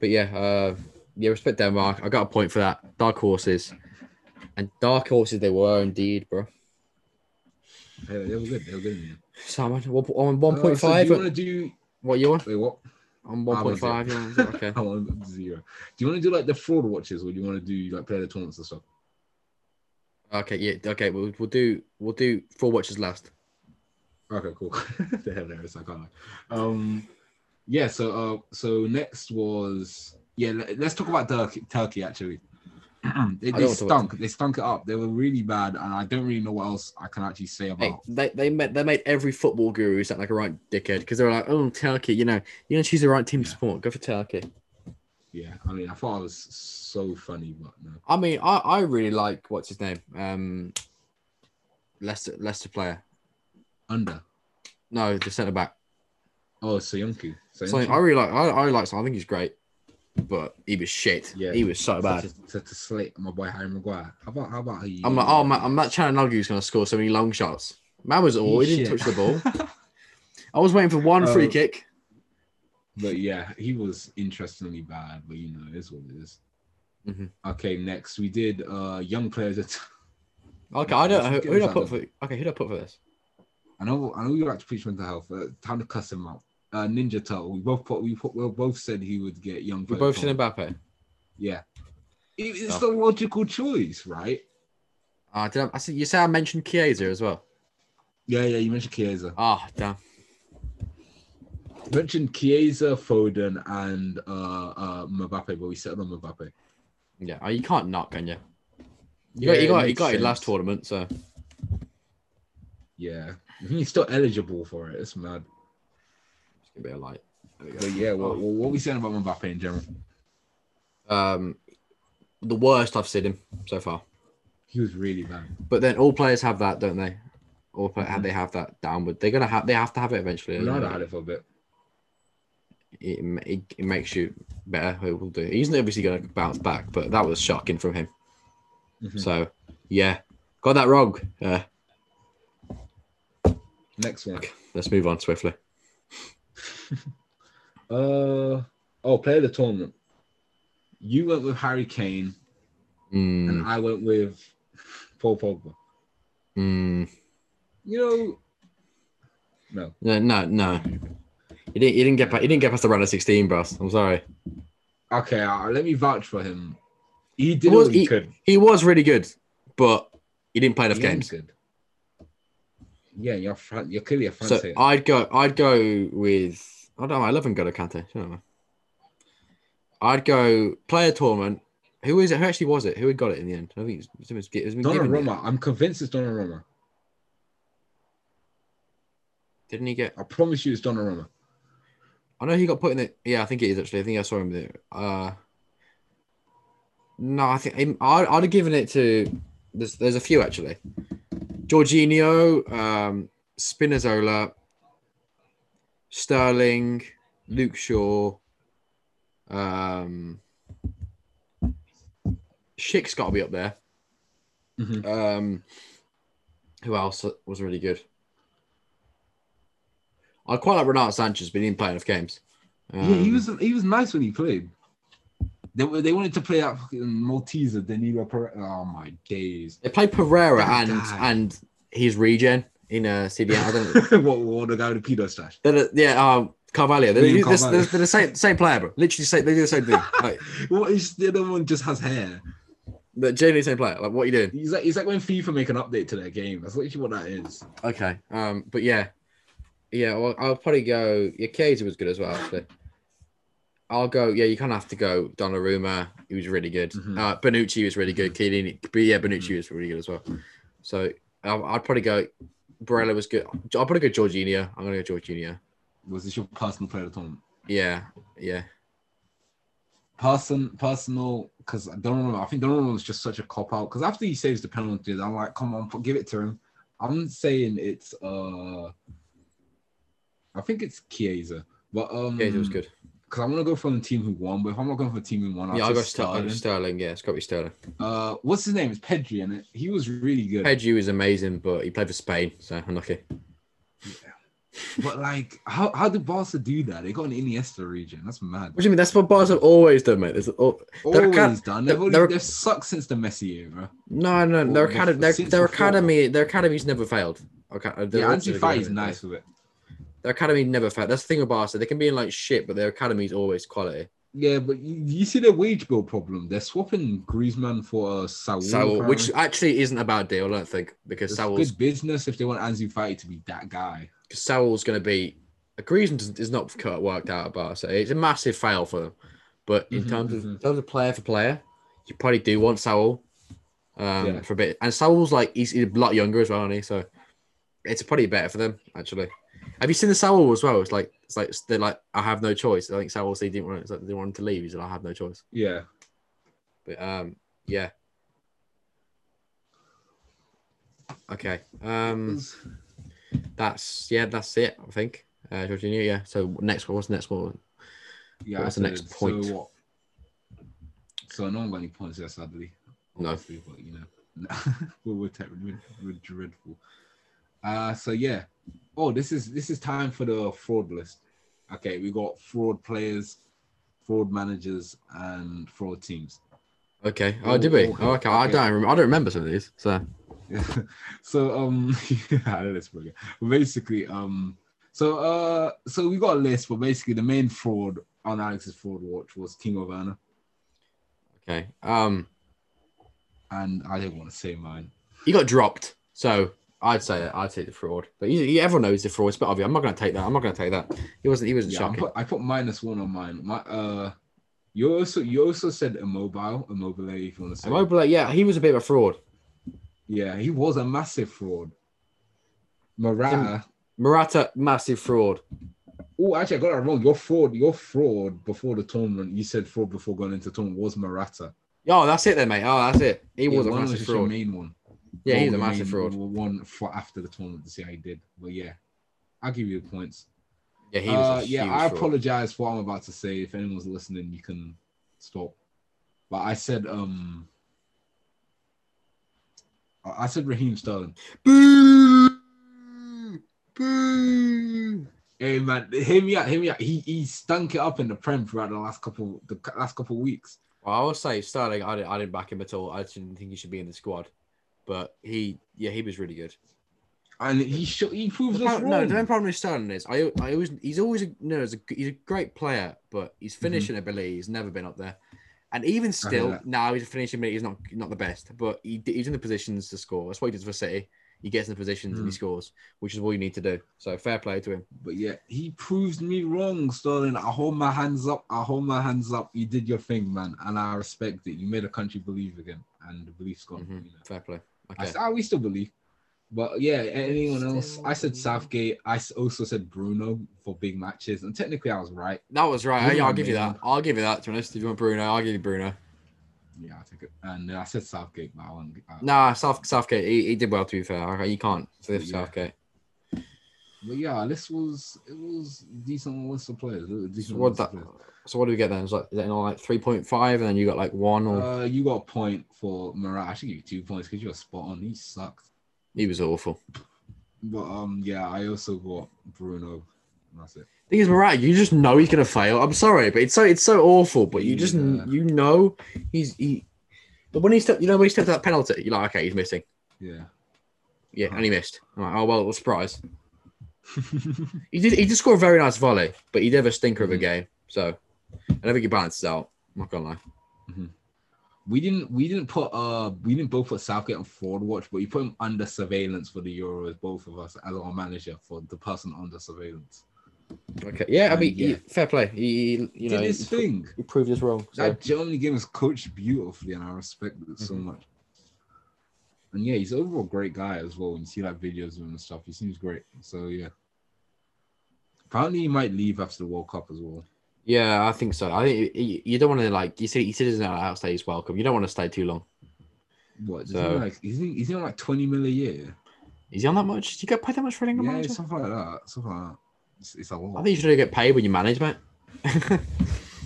S2: but yeah, uh, yeah, respect Denmark. I got a point for that. Dark horses, and dark horses they were indeed, bro.
S1: I hear that. They were good. They were good. Man.
S2: So I'm on one, on
S1: Uh,
S2: one point
S1: so
S2: five.
S1: do you want to do?
S2: what you on?
S1: Wait, what?
S2: On one point five. Yeah, is it? okay.
S1: I want zero. Do you want to do like the fraud watches, or do you want to do like play the tournaments and stuff?
S2: okay. Yeah. Okay. We'll, we'll do we'll do four watches last.
S1: Okay, cool. They're hilarious. I can't lie. Um, yeah. So, uh, so next was yeah. le- Let's talk about Turkey. Turkey actually. they
S2: don't
S1: they
S2: want to talk
S1: stunk. They stunk it up. They were really bad, and I don't really know what else I can actually say about.
S2: Hey, they they made they made every football guru sound like a right dickhead because they were like, oh Turkey, you know, you're gonna choose the right team to
S1: Yeah.
S2: support. Go for Turkey.
S1: Yeah, I mean, I thought I was so funny, but no.
S2: I mean, I, I really like what's his name, um, Leicester Leicester player.
S1: Under.
S2: No, the centre back.
S1: Oh, Soyuncu.
S2: So I really like. I, I like. I think he's great, but he was shit.
S1: Yeah.
S2: he was so bad.
S1: To, to, to slate my boy Harry Maguire. How about how about he? uh,
S2: I'm like, oh man, I'm that Chalanogu who's gonna score so many long shots. Man was all. oh, He didn't
S1: shit.
S2: touch the ball. I was waiting for one free
S1: Oh.
S2: kick.
S1: But yeah, he was interestingly bad. But you know, it is what it is.
S2: Mhm.
S1: Okay, next we did uh young players. At-
S2: Okay, I don't.
S1: Let's
S2: Who,
S1: get
S2: who did I
S1: this
S2: put
S1: out
S2: for? Okay, who did I put for this?
S1: I know I know you like to preach mental health. Uh, time to cuss him out. Uh, Ninja Turtle. We both put we put we both said he would get young.
S2: We
S1: player
S2: both
S1: of
S2: said
S1: the month.
S2: Mbappe.
S1: Yeah, It- it's
S2: Oh.
S1: the logical choice, right?
S2: Uh, did I, I said you say I mentioned Chiesa as well.
S1: Yeah, yeah. You mentioned Chiesa.
S2: Ah, damn.
S1: You mentioned Chiesa, Foden, and uh uh Mbappe. But we settled on Mbappe.
S2: Yeah, oh, you can't knock, can you? You got, you
S1: it
S2: got, you
S1: makes
S2: got it
S1: sense.
S2: last tournament, so
S1: Yeah, he's still eligible for it. It's mad.
S2: It's gonna be a light. There we go.
S1: But yeah,
S2: Oh.
S1: what, what are we saying about Mbappe in general?
S2: Um, the worst I've seen him so far.
S1: He was really bad.
S2: But then all players have that, don't they? All play, they have that downward. They're gonna have. They have to Mm-hmm. have it eventually.
S1: Ronaldo had it for a bit.
S2: It, it, it makes you better. It will do. He's obviously gonna bounce back, but that was shocking from him.
S1: Mhm.
S2: So yeah, got that wrong. Uh,
S1: Next one.
S2: let's move on swiftly.
S1: Uh oh, play of the tournament. You went with Harry Kane,
S2: Mm,
S1: and I went with Paul Pogba.
S2: mm,
S1: You know, no,
S2: no, no, no. You didn't. You didn't get. Past, you didn't get past the round of sixteen, bros. I'm sorry.
S1: okay, uh, let me vouch for him. He did
S2: Was
S1: what he,
S2: he-
S1: could.
S2: He was really good, but he didn't play enough
S1: He
S2: games.
S1: was Good. Yeah, you're fran- you're clearly a fan.
S2: So I'd go. I'd go with. I don't know. I love N'Golo Kante. Don't know. I'd go player tournament. Who is it? Who actually was it? Who had got it in the end? I think it's, it's, it's, it's been given yet.
S1: Donnarumma. I'm convinced it's Donnarumma.
S2: Didn't he get?
S1: I promise you, it's Donnarumma.
S2: I know he got put in the. Yeah, I think it is actually. I think I saw him there. Uh, no, I think him- I'd, I'd have given it to. There's there's a few actually. Jorginho, um, Spinazzola, Sterling, Luke Shaw. Um, Schick's got to be up there.
S1: Mhm.
S2: Um, who else was really good? I quite like Renato Sanchez, but he didn't play enough games.
S1: yeah, he
S2: Um,
S1: was he was nice when he played. They, were- they wanted to play that fucking Malteser, Danilo Pereira. Oh my days!
S2: They played Pereira
S1: That
S2: and
S1: guy.
S2: and his regen in uh, CDM. I don't know.
S1: what, what the guy with the pedo stash?
S2: They're the- yeah, um, Carvalho. They're,
S1: William
S2: they're- they're-
S1: Carvalho.
S2: they're the same same player, bro. Literally, same, they do the same thing. Like,
S1: What is the other one just has hair?
S2: they're genuinely the same player. Like, what are you doing?
S1: He's like he's like when FIFA make an update to their game. That's literally what that is.
S2: Okay. Um, but yeah, yeah. Well, I'll probably go. Yeah, Chiesa was good as well. Actually, I'll go. Yeah, you kind of have to go. Donnarumma, he was really good.
S1: Mhm.
S2: Uh, Benucci was really good.
S1: Mm-hmm.
S2: Chiellini, but yeah, Benucci was really good as well. So I, I'd probably go. Barella was good. I'll probably go Jorginho. I'm gonna go Jorginho.
S1: Was this your personal player of the tournament?
S2: Yeah, yeah.
S1: Person, personal, because I don't know. I think Donnarumma was just such a cop out. Because after he saves the penalties, I'm like, come on, give it to him. I'm saying it's uh, I think it's Chiesa, but um,
S2: Chiesa was good.
S1: Because I want to go for the team who won, but if I'm not going for the team who won, I'll
S2: Yeah, I'll go
S1: just
S2: Ster- I'll go
S1: Sterling.
S2: Sterling. Yeah, it's got to be Sterling.
S1: Uh, what's his name? It's Pedri, and it he was really good.
S2: Pedri is amazing, but he played for Spain, so unlucky.
S1: But like, how how did Barca do that? They got an Iniesta region. That's mad.
S2: What do you mean? That's what Bars have always done, mate. There's, oh, They're
S1: Always
S2: kind-
S1: done. They've,
S2: they're-
S1: already,
S2: they're-
S1: they've sucked since the Messi era.
S2: No, no,
S1: Well,
S2: their,
S1: well,
S2: acad- their,
S1: since
S2: their
S1: before.
S2: academy, their academy's never failed. Okay, uh, their-
S1: yeah, Ansu Fatty's nice with it.
S2: Their academy never failed. That's the thing with Barca. They can be in like shit, but their academy's always quality.
S1: Yeah, but you, you see their wage bill problem. They're swapping Griezmann for uh, Saul,
S2: So,
S1: apparently.
S2: which actually isn't a bad deal, I don't think, because
S1: It's
S2: Saul's
S1: good business if they want Ansu Fati to be that guy.
S2: because Saul's going to be. Griezmann does- is not cut- worked out at Barca. It's a massive fail for them. But in
S1: Mhm,
S2: terms of in
S1: mhm.
S2: terms of player for player, you probably do want Saul um,
S1: Yeah.
S2: for a bit. And Saul's like he's, he's a lot younger as well, isn't he? So it's probably better for them actually. Have you seen the Saul as well? It's like it's like they're like I have no choice. I think Saul said he didn't want it's like they wanted to leave. He said I have no choice.
S1: Yeah.
S2: But um, yeah. Okay. Um. That's yeah, that's it. I think. Uh, Jorginho, yeah. So next one, what's the next one?
S1: Yeah,
S2: What's
S1: I
S2: the next
S1: said,
S2: point?
S1: So, what? so no one got any points there, sadly.
S2: No.
S1: Obviously, but you know, we're, we're, ter- we're, we're dreadful. Uh, so yeah. Oh, this is this is time for the fraud list. Okay, we got fraud players, fraud managers, and fraud teams.
S2: Okay. Oh, did we?
S1: Oh,
S2: Oh, okay. I
S1: okay.
S2: don't. Remember, I don't remember some of these. So
S1: so um, I know this bugger. But basically, um, so uh, so we got a list, but basically the main fraud on Alex's fraud watch was King of Anna,
S2: okay. Um,
S1: and I didn't want to say mine.
S2: he got dropped. So I'd say I'd say the fraud. But he, he, everyone knows the fraud. It's a bit obvious. I'm not going to take that. I'm not going to take that. He wasn't. He wasn't
S1: Yeah, I
S2: shocking.
S1: put, I put minus one on mine. My uh, you also you also said immobile, immobile if you want to say.
S2: Immobile, yeah, he was a bit of a fraud.
S1: Yeah, he was a massive fraud. Morata.
S2: Murata, massive fraud.
S1: Oh, actually, I got that wrong. Your fraud, your fraud before the tournament. You said fraud before going into tournament was Morata.
S2: Oh, that's it then, mate. Oh, that's it. He was a
S1: one
S2: massive
S1: just your
S2: fraud.
S1: main one.
S2: Yeah, he's a
S1: One we
S2: massive
S1: made-
S2: fraud.
S1: One for after the tournament to see how he did. But yeah, I'll give you the points.
S2: Yeah, he
S1: Uh,
S2: was. a
S1: yeah,
S2: huge
S1: I
S2: fraud.
S1: apologize for what I'm about to say. If anyone's listening, you can stop. But I said, um, I I said Raheem Sterling.
S2: Boo! Boo!
S1: Hey man, hear me out, hear me out. He he stunk it up in the prem throughout the last couple the c- last couple weeks.
S2: Well, I will say Sterling. I didn't, I didn't back him at all. I just didn't think he should be in the squad, but he, yeah, he was really good.
S1: And he should he proved
S2: The
S1: us
S2: problem- no,
S1: wrong.
S2: the main problem with Sterling is I, I always he's always a, no, he's a, he's a great player, but his finishing ability has never been up there. And even still,
S1: that.
S2: now his finishing ability is not not the best, but he, d- he's in the positions to score. That's what he does for City. He gets in the positions and he
S1: Mhm.
S2: scores, which is all you need to do. So fair play to him.
S1: But yeah, he proves me wrong, Sterling. I hold my hands up. I hold my hands up. You did your thing, man, and I respect it. You made a country believe again, and the belief's gone.
S2: Mhm.
S1: You know.
S2: Fair play.
S1: I
S2: Okay.
S1: said, "Ah, we still believe. But yeah, anyone else?
S2: Still
S1: I said
S2: believe.
S1: Southgate. I s- also said Bruno for big matches, and technically I was right.
S2: That was right.
S1: Bruno
S2: yeah, I'll give you
S1: made
S2: that. I'll give you that. To be honest, if you want Bruno, I'll give you Bruno.
S1: Yeah, I think it. And uh, I said Southgate, but I won't. Uh,
S2: Nah, South, Southgate. He, he did well. To be fair, okay, you can't forgive
S1: Yeah.
S2: Southgate.
S1: But yeah, this was it was decent list of players. a
S2: So
S1: Decent
S2: what
S1: list of
S2: that?
S1: players.
S2: So what do we get then? It's like is it like three point five, and then you got like one or
S1: Uh, you got a point for Murat. I should give you two points because you were spot on. He sucked.
S2: he was awful.
S1: But um, yeah, I also got Bruno. And that's it.
S2: Thing is, Morata, you just know he's gonna fail. I'm sorry, but it's so it's so awful. But you just
S1: Yeah.
S2: you know he's he. But when he stepped, you know when he stepped to that penalty, you're like, okay, he's missing.
S1: Yeah.
S2: Yeah, and he missed. I'm like, oh well, what a surprise. He did. He did score a very nice volley, but he never stinker of a
S1: Mhm.
S2: game. So I don't think he balances out. I'm not gonna lie.
S1: we didn't we didn't put uh we didn't both put Southgate on fraud watch, but you put him under surveillance for the Euros, both of us as our manager for the person under surveillance.
S2: Okay. Yeah, I
S1: Um,
S2: mean, he-
S1: yeah.
S2: fair play. He, he- you
S1: Did
S2: know, he,
S1: his thing.
S2: he proved us wrong. So.
S1: That Germany game was coached beautifully, and I respect it so
S2: Mhm.
S1: much. And yeah, he's an overall great guy as well. When you see like videos of him and stuff, he seems great. So yeah. Apparently, he might leave after the World Cup as well.
S2: Yeah, I think so. I think you, you don't want to like you see you see doesn't outstay his welcome. You don't want to stay too long.
S1: What? Is
S2: So-
S1: he like? Is he? Is he on like twenty mil a year?
S2: Is he on that much? Do you get paid that much for an England
S1: Yeah,
S2: manager?
S1: something like that. Something like that. It's, it's a
S2: I
S1: lot.
S2: think you should get paid when you manage, mate.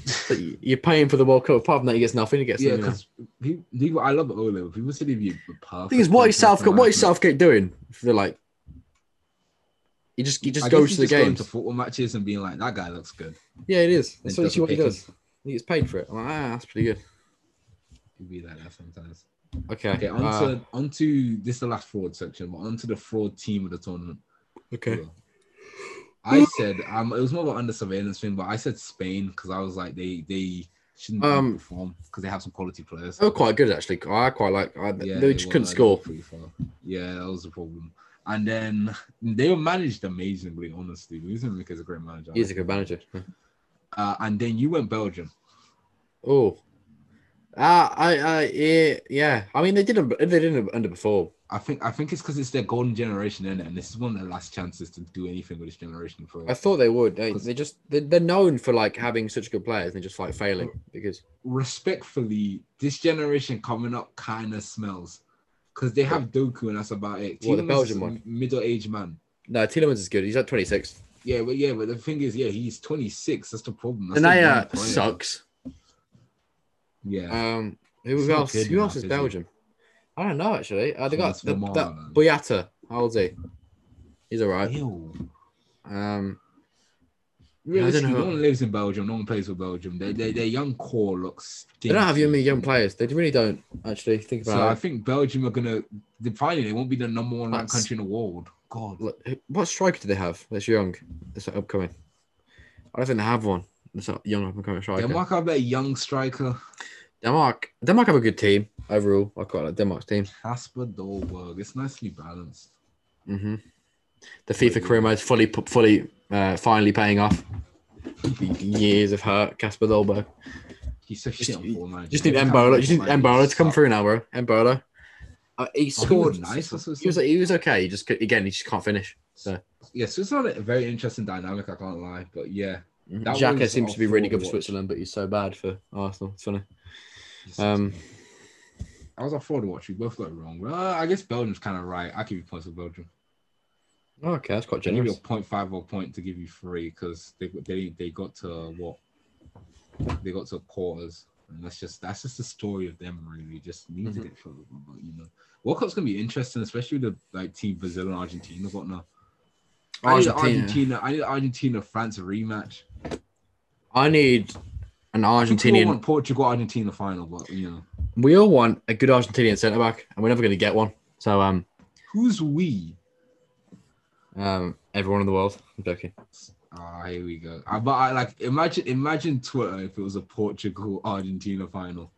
S2: So you- You're paying for the World Cup. Apart from that, he gets nothing. He gets
S1: Yeah,
S2: nothing, you know.
S1: because people, I love Ole. People said he'd be perfect.
S2: The thing is, what is Southgate? What is
S1: South?
S2: Southgate doing? For like, he just he just goes to the
S1: game
S2: games.
S1: to football matches and being like, that guy looks good.
S2: Yeah, it is.
S1: It
S2: That's what,
S1: doesn't
S2: what he
S1: pick him.
S2: does. He gets paid for it. I'm like, ah, that's pretty good.
S1: He'd be like that sometimes.
S2: Okay.
S1: Okay,
S2: uh,
S1: onto onto this is the last fraud section, but onto the fraud team of the tournament.
S2: okay.
S1: I said um, it was more about under surveillance thing, but I said Spain because I was like they they shouldn't
S2: Um,
S1: perform because they have some quality players.
S2: They were quite good actually. I quite like. I, they
S1: they
S2: just
S1: were-
S2: couldn't
S1: they were
S2: score.
S1: pretty far. Yeah, that was the problem. And then they were managed amazingly, honestly. Losing because a great manager.
S2: He's a good manager.
S1: Uh, and then you went Belgium.
S2: Oh, ah, I, I, yeah, yeah. I mean, they didn't, they didn't underperform.
S1: I think I think it's because it's their golden generation, is And this is one of their last chances to do anything with this generation for
S2: I thought they would. They, they just, they, they're known for like having such good players and they're just like failing because
S1: respectfully, this generation coming up kind of smells. Because they have Doku and that's about it.
S2: What, the
S1: Tielemans
S2: Belgian
S1: is a
S2: one?
S1: Middle-aged man.
S2: no, Tielemans is good. He's at 26.
S1: Yeah, but yeah, but the thing is, yeah, he's 26. That's the problem. That's the young
S2: Denia
S1: player.
S2: sucks.
S1: Yeah.
S2: Um,
S1: He's
S2: who
S1: not
S2: else?
S1: good
S2: Who
S1: enough,
S2: else is
S1: is he?
S2: Belgium? I don't know actually. Uh, they got
S1: Thomas
S2: the,
S1: Lemar,
S2: that
S1: man.
S2: Boyata. How old's he? He's all right.
S1: Ew.
S2: Um,
S1: Realistically,
S2: know.
S1: no one lives in Belgium. No one plays for Belgium. Their, their, their young core looks.
S2: they don't have
S1: stinky.
S2: many young players. They really don't actually think
S1: So I
S2: about
S1: think Belgium are gonna. They finally, they won't be the number one ranked
S2: That's-
S1: country in the world. God,
S2: it. Look, What striker do they have that's young? That's like, upcoming. I don't think they have one. That's a young up and coming striker.
S1: Denmark have a young striker.
S2: Denmark, Denmark have a good team overall. I quite like Denmark's team.
S1: Casper Dolberg. It's nicely balanced.
S2: hmm The
S1: yeah.
S2: FIFA career mode is fully, pu- fully, uh, finally paying off. Years of hurt, Casper Dolberg.
S1: He's so
S2: Just-
S1: shit on football manager.
S2: Just need
S1: Every time
S2: Embola.
S1: he
S2: Just need
S1: plays, he
S2: Embola to come
S1: sucks.
S2: through now, bro. Embola. Uh, he
S1: Oh,
S2: scored.
S1: He was nice. That's what
S2: He was he was okay. He just cou- again he just can't finish.
S1: yeah, Switzerland a very interesting dynamic. I can't lie, but yeah, That
S2: Xhaka
S1: was
S2: seems to be really good for
S1: awful.
S2: Switzerland, but he's so bad for Arsenal. It's funny.
S1: Yes,
S2: Um,
S1: I was on forward watch. We both got it wrong. Well, I guess Belgium's kind of right. I give you points for Belgium.
S2: oh, okay, that's quite
S1: I give you a
S2: generous.
S1: point five or point to give you three because they they they got to what they got to quarters, and that's just that's just the story of them. Really, just needed
S2: Mhm.
S1: it for but you know, World Cup's gonna be interesting, especially with the like team Brazil and Argentina. But no, I need
S2: Argentina.
S1: Argentina. I need Argentina France rematch.
S2: I need an
S1: People
S2: Argentinian.
S1: want Portugal Argentina final, but you know
S2: We all want a good Argentinian centre back, and we're never going to get one. So um,
S1: who's we?
S2: um, everyone in the world. I'm joking.
S1: Ah, here we go. I, but I like imagine imagine Twitter if it was a Portugal Argentina final.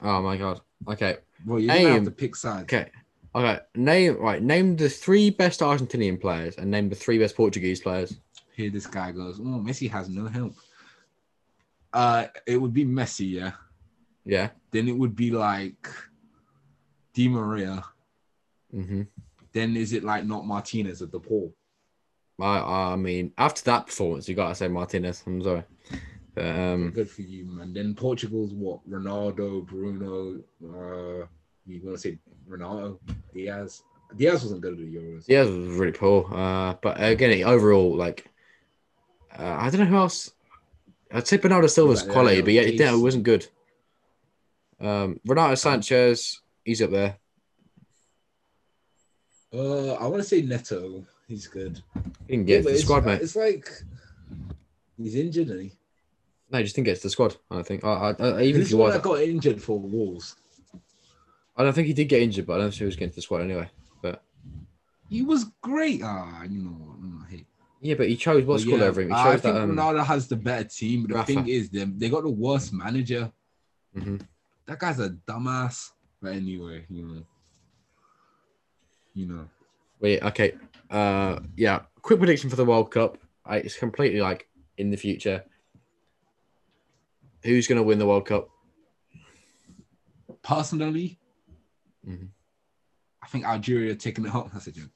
S2: Oh my god. Okay.
S1: Well, you're gonna
S2: Aim.
S1: have to pick sides.
S2: Okay. Okay. Name right. Name the three best Argentinian players, and name the three best Portuguese players.
S1: Here this guy goes. Oh, Messi has no help. Uh, it would be Messi, yeah.
S2: Yeah.
S1: Then it would be like Di Maria.
S2: Mm-hmm.
S1: Then is it like not Martinez at the Paul?
S2: I, I mean, after that performance, you gotta say Martinez. I'm sorry. But, um,
S1: Good for you, man. Then Portugal's what? Ronaldo, Bruno. Uh, you gonna say Ronaldo? Diaz. Diaz wasn't good at the Euros.
S2: yeah, it was really poor. Uh, but again, overall, like, uh, I don't know who else. I'd say Bernardo Silva's
S1: Right, yeah,
S2: quality,
S1: yeah,
S2: but yeah, it, yeah, it
S1: he's-
S2: wasn't good. Um, Renato Sanchez, he's up there.
S1: Uh, I want to say Neto. He's good.
S2: He didn't get
S1: but
S2: to the
S1: it's,
S2: squad, mate.
S1: It's like he's injured. Isn't he?
S2: No, he just didn't get to the squad. I don't think. I, I, I,
S1: This
S2: even if
S1: is
S2: he
S1: one
S2: was,
S1: that got injured for Wolves.
S2: I don't think he did get injured, but I don't think he was getting to the squad anyway.
S1: He was great. Ah, you know what? Mm, I hate.
S2: Yeah, but he chose what
S1: But
S2: squad
S1: yeah,
S2: over him. He
S1: I
S2: chose
S1: think
S2: that. Um,
S1: Ronaldo has the better team, but the
S2: Rafa.
S1: thing is, them they got the worst manager.
S2: mhm.
S1: That guy's a dumbass. But anyway, you know, you know,
S2: Wait, okay. Uh, yeah. Quick prediction for the World Cup. I, it's completely like in the future. Who's going to win the World Cup?
S1: personally,
S2: Mhm.
S1: I think Algeria taking it home. That's a joke.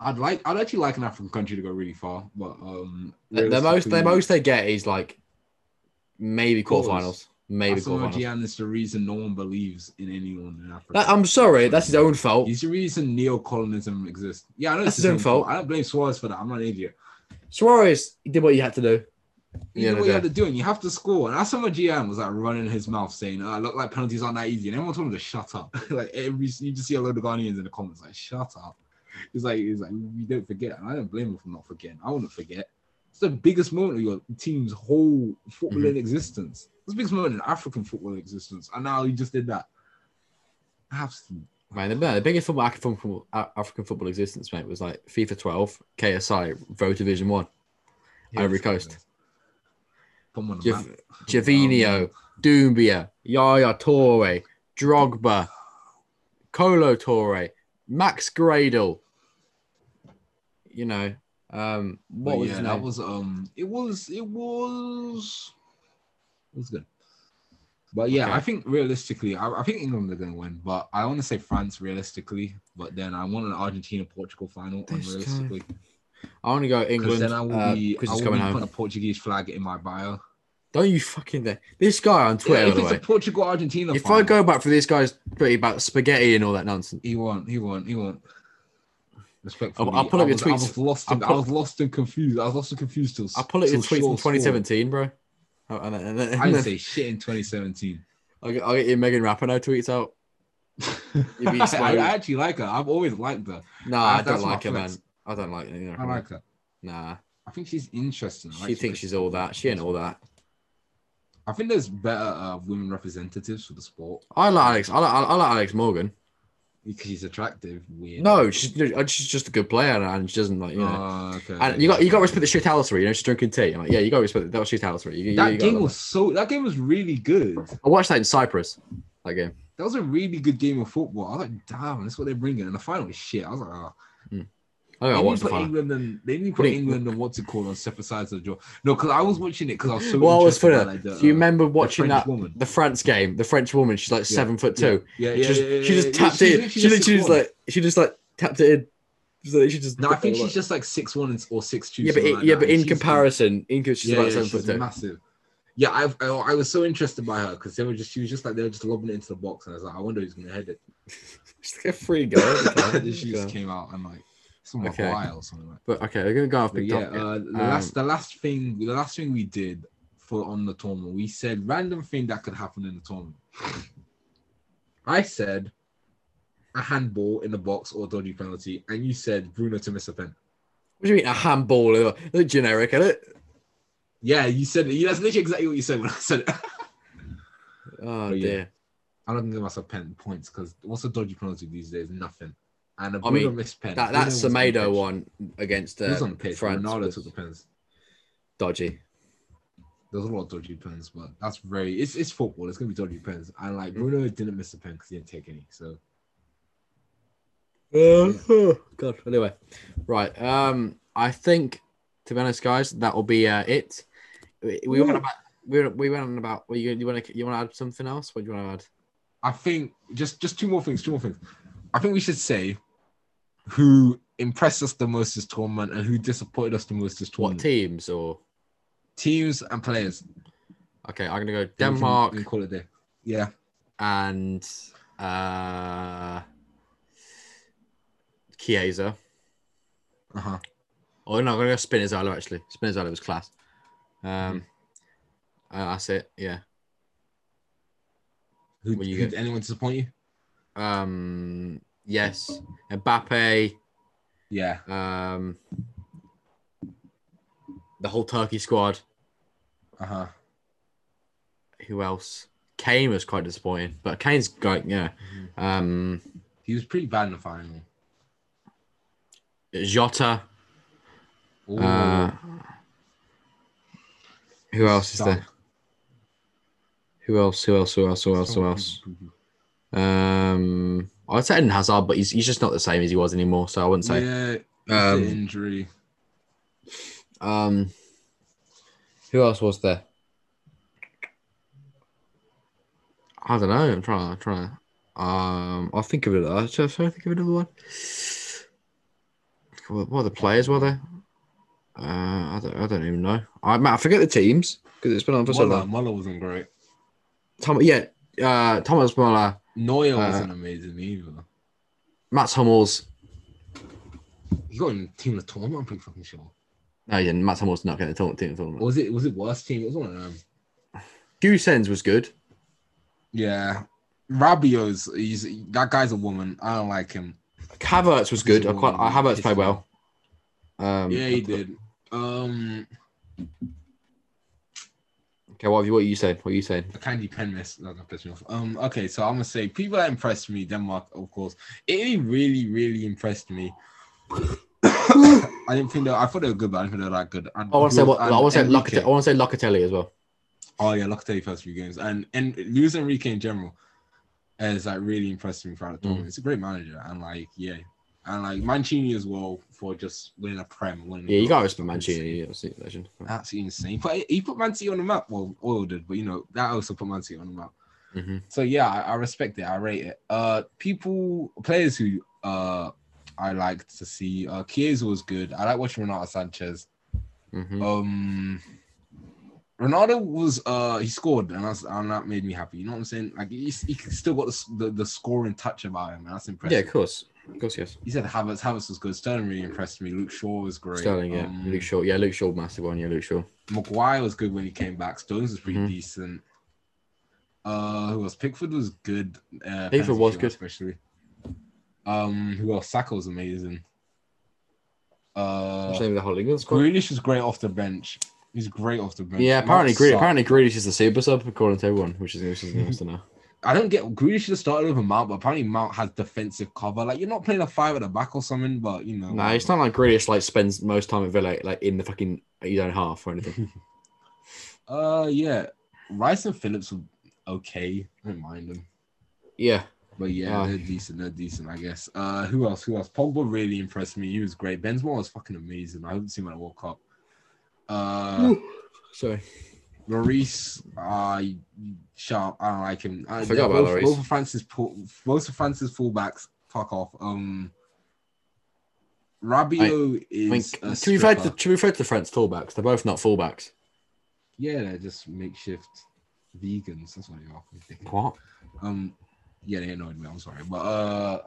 S1: I'd like, I'd actually like an African country to go really far, but um,
S2: The, the most, the
S1: realistically-
S2: most they get is like maybe
S1: Quarters.
S2: quarterfinals, maybe
S1: Asamoah
S2: quarterfinals.
S1: Gyan is the reason no one believes in anyone in Africa.
S2: That, I'm sorry, that's his own fault.
S1: He's the reason neocolonialism exists. Yeah, I know
S2: Oh. That's
S1: it's
S2: his own fault.
S1: I don't blame Suarez for that. I'm not an idiot.
S2: Suarez he did what he had to do.
S1: You
S2: Yeah,
S1: know
S2: they
S1: what you
S2: do.
S1: had to do, and you have to score. And Asamoah Gyan was like running his mouth saying, "Oh, look like penalties aren't that easy," and everyone told him to shut up. like every, you just see a load of Ghanaians in the comments like, "Shut up." It's like it's like we don't forget, and I don't blame him for not forgetting. I wouldn't forget. It's the biggest moment of your team's whole footballing
S2: Mm-hmm.
S1: existence. It's the biggest moment in African football existence, and now he just did that. Absolutely
S2: Man, the, the biggest football, African football, A- African football existence, mate, was like FIFA 12, KSI, Vote Division 1,
S1: Oh,
S2: Ivory Coast.
S1: Put 'em on the
S2: Jav-
S1: map.
S2: Javinho, Dumbia, Yaya Torre, Drogba, Colo Torre, Max Gradle. You know, um,
S1: But
S2: what was
S1: yeah,
S2: his
S1: that
S2: name?
S1: was um it was it was it was good. But yeah,
S2: Okay.
S1: I think realistically, I, I think England are gonna win, but I want to say France realistically, but then I want an Argentina Portugal final
S2: This guy.
S1: unrealistically.
S2: I want to go
S1: Because
S2: England
S1: then I will be
S2: because
S1: I
S2: he's
S1: will be
S2: coming
S1: putting a
S2: home.
S1: Portuguese flag in my bio.
S2: Don't you fucking dare. This guy on Twitter,
S1: Yeah, if
S2: by
S1: it's
S2: the
S1: a
S2: way.
S1: Portugal Argentina
S2: If
S1: final,
S2: I go back for this guy's pretty about spaghetti and all that nonsense.
S1: he won't, he won't, he won't. Respectfully,
S2: I'll pull up
S1: I
S2: your
S1: was,
S2: tweets.
S1: I was lost
S2: I'll
S1: and I
S2: pull-
S1: was lost and confused. I was lost and confused till
S2: I pull it
S1: till
S2: in tweet from
S1: Shaw scored.
S2: 2017, bro. Oh, and then- and then-
S1: I didn't say shit in 2017.
S2: I'll get, I'll get your Megan Rapinoe tweets out. You'd be
S1: I,
S2: exploded.
S1: I actually like her. I've always liked her.
S2: No,
S1: Ah,
S2: I don't
S1: that's my
S2: like her, man.
S1: flex.
S2: I don't like her.
S1: I like her.
S2: Nah.
S1: I think she's interesting. I like
S2: She thinks she's all that. She ain't all that.
S1: I think there's better uh, women representatives for the sport
S2: I like Alex. I like, I like Alex Morgan.
S1: because she's attractive. Weird.
S2: No, she's she's just a good player, and she doesn't like you know.
S1: Oh, okay.
S2: and you got you got to respect the shit Alice, you know. She's drinking tea. I'm like, yeah, you got to respect that was shit Alice. You, you,
S1: that
S2: you gotta
S1: game
S2: love
S1: was so. That game was really good.
S2: that. I watched that in Cyprus. That game.
S1: That was a really good game of football. I was like, damn, that's what they're bringing. And the final was shit. I was like, oh.
S2: Hmm. I
S1: They
S2: don't know
S1: need
S2: what's
S1: to
S2: the
S1: put
S2: final.
S1: England and they need to put
S2: Wait.
S1: England and what's it called on separate sides of the draw. No, because I was watching it because I was so.
S2: Well, I was
S1: interested
S2: funny.
S1: by, like, the,
S2: Do you
S1: uh,
S2: remember watching
S1: French
S2: that
S1: woman.
S2: the France game? The French woman, she's like seven foot
S1: yeah,
S2: two.
S1: Yeah,
S2: She
S1: yeah,
S2: just,
S1: yeah, yeah,
S2: she
S1: yeah,
S2: just
S1: yeah.
S2: tapped
S1: She's
S2: it.
S1: literally just
S2: She literally just
S1: 6'1".
S2: like she just like tapped it in. So that she just
S1: No, I think she's just like six one or six two.
S2: yeah, but it, yeah, but in comparison, in she's
S1: yeah,
S2: about
S1: yeah,
S2: seven
S1: she's
S2: foot two.
S1: massive. Yeah, I've, I I was so interested by her because they were just she was just like they were just lobbing it into the box, and I was like, I wonder who's gonna head it.
S2: She's like a free girl.
S1: Then she just came out and like someone
S2: Okay.
S1: okay. Hawaii or something like.
S2: But okay, we're gonna go off
S1: But
S2: the
S1: yeah,
S2: top.
S1: uh, the last the last thing the last thing we did for on the tournament, we said random thing that could happen in the tournament. I said a handball in the box or dodgy penalty, and you said Bruno to miss a pen.
S2: what do you mean a handball? Uh, They're generic, isn't it?
S1: Yeah, you said that's literally exactly what you said when I said it.
S2: Oh
S1: yeah.
S2: dear.
S1: I'm not gonna give myself pen points because what's a dodgy penalty these days? Nothing. And a
S2: I
S1: Bruno
S2: mean,
S1: missed pen.
S2: That
S1: Bruno
S2: that
S1: was on
S2: Semedo
S1: pitch.
S2: one against
S1: He
S2: uh,
S1: was on pitch.
S2: France
S1: Ronaldo
S2: was
S1: took the pens.
S2: dodgy.
S1: There's a lot of dodgy pens, but that's very it's it's football. It's gonna be dodgy pens. And like Bruno didn't miss a pen because he didn't take any. So
S2: oh, God. Anyway, right. Um, I think to be honest, guys, that will be uh, it. We, we went
S1: Ooh.
S2: about. We went, we went on about. Well, you you want to you want to add something else? What do you want to add?
S1: I think just just two more things, two more things. I think we should say who impressed us the most this tournament and who disappointed us the most this
S2: What
S1: tournament.
S2: teams or?
S1: Teams and players.
S2: Okay, I'm gonna go
S1: Then we can-
S2: Denmark
S1: we can call it there. Yeah.
S2: and uh, Chiesa.
S1: Uh huh.
S2: Oh no, I'm gonna go Spinazzola actually. Spinazzola was class. Um, uh, that's it. Yeah.
S1: Who,
S2: What you
S1: who-
S2: got?
S1: did anyone disappoint you?
S2: Um, yes. Mbappe.
S1: Yeah.
S2: um, the whole Turkey squad.
S1: Uh huh.
S2: Who else? Kane was quite disappointing, but Kane's going. Yeah, um,
S1: He was pretty bad in the final.
S2: Jota.
S1: Ooh,
S2: Uh, who else is there? Who else? Who else? Who else? Who else? Who else? Um, I'd say Eden Hazard, but he's he's just not the same as he was anymore. So I wouldn't say.
S1: Yeah,
S2: Um,
S1: um, injury.
S2: Um, who else was there? I don't know. I'm trying. I'm trying. Um, I'll think of it. I'll try try to think of another one. What what other players were there? Uh, I don't. I don't even know. I man, I forget the teams because it's been on for so
S1: Muller,
S2: long.
S1: Muller wasn't great.
S2: Tom, yeah. Uh, Thomas Muller,
S1: Neuer
S2: Uh,
S1: wasn't amazing either.
S2: Mats Hummels.
S1: He got in team of the tournament. I'm pretty fucking sure.
S2: No, yeah, Mats Hummels did not getting the tournament. Team, tournament.
S1: Or was it? Was it worst team? It was one of them.
S2: Goosens was good.
S1: Yeah, Rabio's. He's that guy's a woman. I don't like him.
S2: Havertz was good. I
S1: He's a
S2: quite. I
S1: woman,
S2: Havertz
S1: he's-
S2: played well. Um,
S1: yeah, he did. Um,
S2: Okay, what have you? What you said? What you said?
S1: a candy pen miss. That's not pissed me off. Um, okay, so I'm gonna say people that impressed me, Denmark, of course. Italy really, really impressed me. I didn't think they. I thought they were good, but I didn't think they were that good. And
S2: I want to say what
S1: and
S2: I want to say.
S1: Enrique.
S2: Locatelli, I want to say Locatelli as well.
S1: Oh yeah, Locatelli first few games, and and Luis Enrique in general has like really impressed me throughout the
S2: Mm.
S1: tournament. He's a great manager, and like yeah, and like Mancini as well for just winning a prem. and Winning
S2: Yeah, you
S1: the cup.
S2: gotta respect Mancini. Yeah, that's a legend.
S1: Absolutely insane. But he put Man City on the map. Well, Oil did, but you know that also put Man City on the map.
S2: Mhm.
S1: So yeah, I, I respect it. I rate it. Uh, people, players who uh I liked to see. Uh, Chiesa was good. I like watching Renato Sanchez.
S2: Mhm.
S1: Um, Ronaldo was uh he scored and that's and that made me happy. You know what I'm saying? Like he's, he still got the, s- the the scoring touch about him. And that's
S2: Yeah,
S1: impressive.
S2: of course, of course, yes.
S1: He said Havertz. Havertz was good. Sterling really impressed me. Luke Shaw was great.
S2: Sterling, yeah,
S1: Um,
S2: Luke Shaw, yeah, Luke Shaw, massive one, yeah, Luke Shaw.
S1: Maguire was good when he came back. Stones was pretty
S2: Mhm.
S1: decent. Uh, who else? Pickford was good. Uh,
S2: Pickford
S1: penalty
S2: was
S1: kill
S2: good.
S1: especially. Um, who else? Saka was amazing.
S2: What's
S1: Uh,
S2: the name of the whole England squad?
S1: Grealish was great off the bench. He's great off the bench.
S2: Yeah, apparently,
S1: Mount
S2: Grealish,
S1: sucked.
S2: apparently Grealish is the super sub according to everyone, which is which is nice to know.
S1: I don't get Grealish should have started with a Mount, but apparently Mount has defensive cover. Like you're not playing a five at the back or something, but you know.
S2: Nah, it's not like Grealish like spends most time at Villa like in the fucking you don't half or anything.
S1: Uh, yeah, Rice and Phillips were okay. I don't mind them.
S2: yeah,
S1: But yeah,
S2: Ah.
S1: they're decent. They're decent, I guess. Uh, who else? Who else? Pogba really impressed me. He was great. Benzema was fucking amazing. I haven't seen him at World Cup. Uh,
S2: Sorry.
S1: Lloris, uh, sharp. I don't like him. Uh,
S2: Forgot
S1: they're
S2: about
S1: both,
S2: Lloris.
S1: Both of France's pull, both of France's fullbacks. Fuck off. Um, Rabiot
S2: I mean,
S1: is. a
S2: to be fair to, the-
S1: stripper.
S2: to be fair to the French fullbacks, they're both not fullbacks.
S1: yeah, they're just makeshift vegans. That's what they are. Ridiculous.
S2: What?
S1: Um, yeah, they annoyed me. I'm sorry, but uh,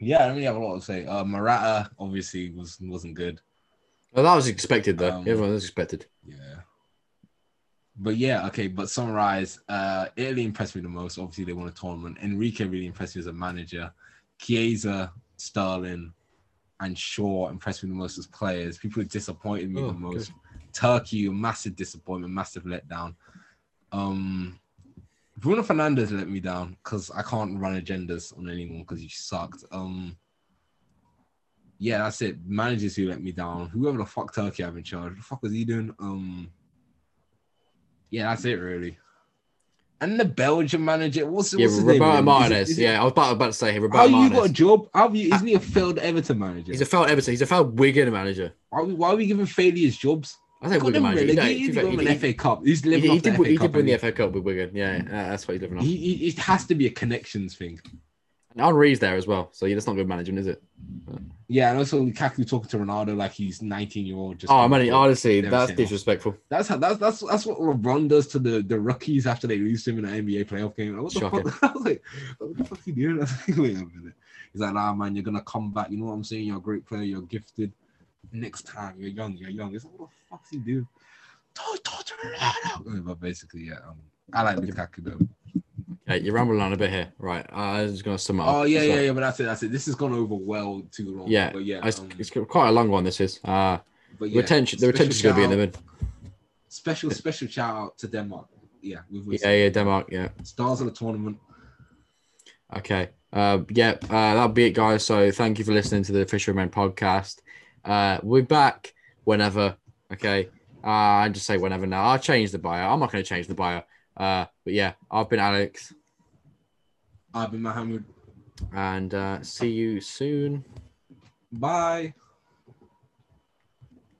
S1: yeah, I don't really have a lot to say. Uh, Maratta obviously was wasn't good.
S2: Well, that was expected though.
S1: Um,
S2: Everyone was expected.
S1: Yeah, but yeah, okay. But summarize. Uh, Italy impressed me the most. Obviously, they won a tournament. Enrique really impressed me as a manager. Chiesa, Sterling, and Shaw impressed me the most as players. People who disappointed me
S2: Oh,
S1: the
S2: okay.
S1: most. Turkey, a massive disappointment, massive letdown. Um, Bruno Fernandez let me down because I can't run agendas on anyone because he sucked. Um, yeah, that's it. Managers who let me down. Whoever the fuck Turkey have in charge, what the fuck was he doing? Um, yeah, that's it really. And the Belgian manager, what's,
S2: Yeah,
S1: what's his name?
S2: Roberto
S1: again?
S2: Martinez.
S1: Is it- is it-
S2: yeah, I was about, about to say here.
S1: How
S2: Roberto
S1: you got a
S2: Martinez. Uh,
S1: job? How you, isn't he a failed Everton manager?
S2: He's a failed Everton. He's a failed Wigan manager.
S1: why, are we, why are we giving failures jobs?
S2: I think
S1: Got
S2: Wigan
S1: them
S2: manager. You know, to be
S1: relegated,
S2: fair,
S1: got him
S2: he-
S1: an
S2: he-
S1: FA Cup. He's
S2: he-
S1: living
S2: he
S1: off the
S2: did
S1: FA
S2: win- he
S1: Cup.
S2: did win the
S1: and
S2: FA Cup with Wigan. Yeah, yeah, that's what he's living on.
S1: Mm. he- he- it has to be a connections thing.
S2: And Henri's there as well, so yeah, that's not good management, is it?
S1: Yeah, and also Lukaku talking to Ronaldo like he's 19 year old. Just
S2: Oh, I mean, honestly,
S1: Never
S2: that's
S1: seen him.
S2: disrespectful.
S1: that's how that's that's that's what LeBron does to the the rookies after they lose to him in an NBA playoff game. What the
S2: Shocking.
S1: fuck? I was like, what the fuck are you doing? I was like, wait a minute. He's like, nah, man, you're gonna come back. You know what I'm saying? You're a great player. You're gifted. Next time, you're young. You're young. It's like, what the fuck's he doing? Don't talk to Ronaldo. But basically, yeah, um, I like Lukaku though.
S2: Hey, you're rambling on a bit here, right? I was just gonna sum it up.
S1: Oh yeah,
S2: So-
S1: yeah, yeah. But that's it. That's it. This has gone over well too long.
S2: Yeah,
S1: but yeah,
S2: I- It's,
S1: um,
S2: it's quite a long one. This is uh,
S1: but yeah.
S2: retention. The
S1: special
S2: retention's gonna be in the
S1: shout-
S2: mid.
S1: Special, special shout out to Denmark. Yeah, we've
S2: Yeah, yeah, Denmark. Yeah,
S1: stars of the tournament.
S2: okay. Uh, yeah, uh, that'll be it, guys. So thank you for listening to the Fisherman podcast. Uh, we're back whenever. Okay, uh, I just say whenever now. I'll change the bio. I'm not gonna change the bio. Uh, but yeah, I've been Alex,
S1: I've been Mohammed.
S2: and uh, see you soon.
S1: Bye.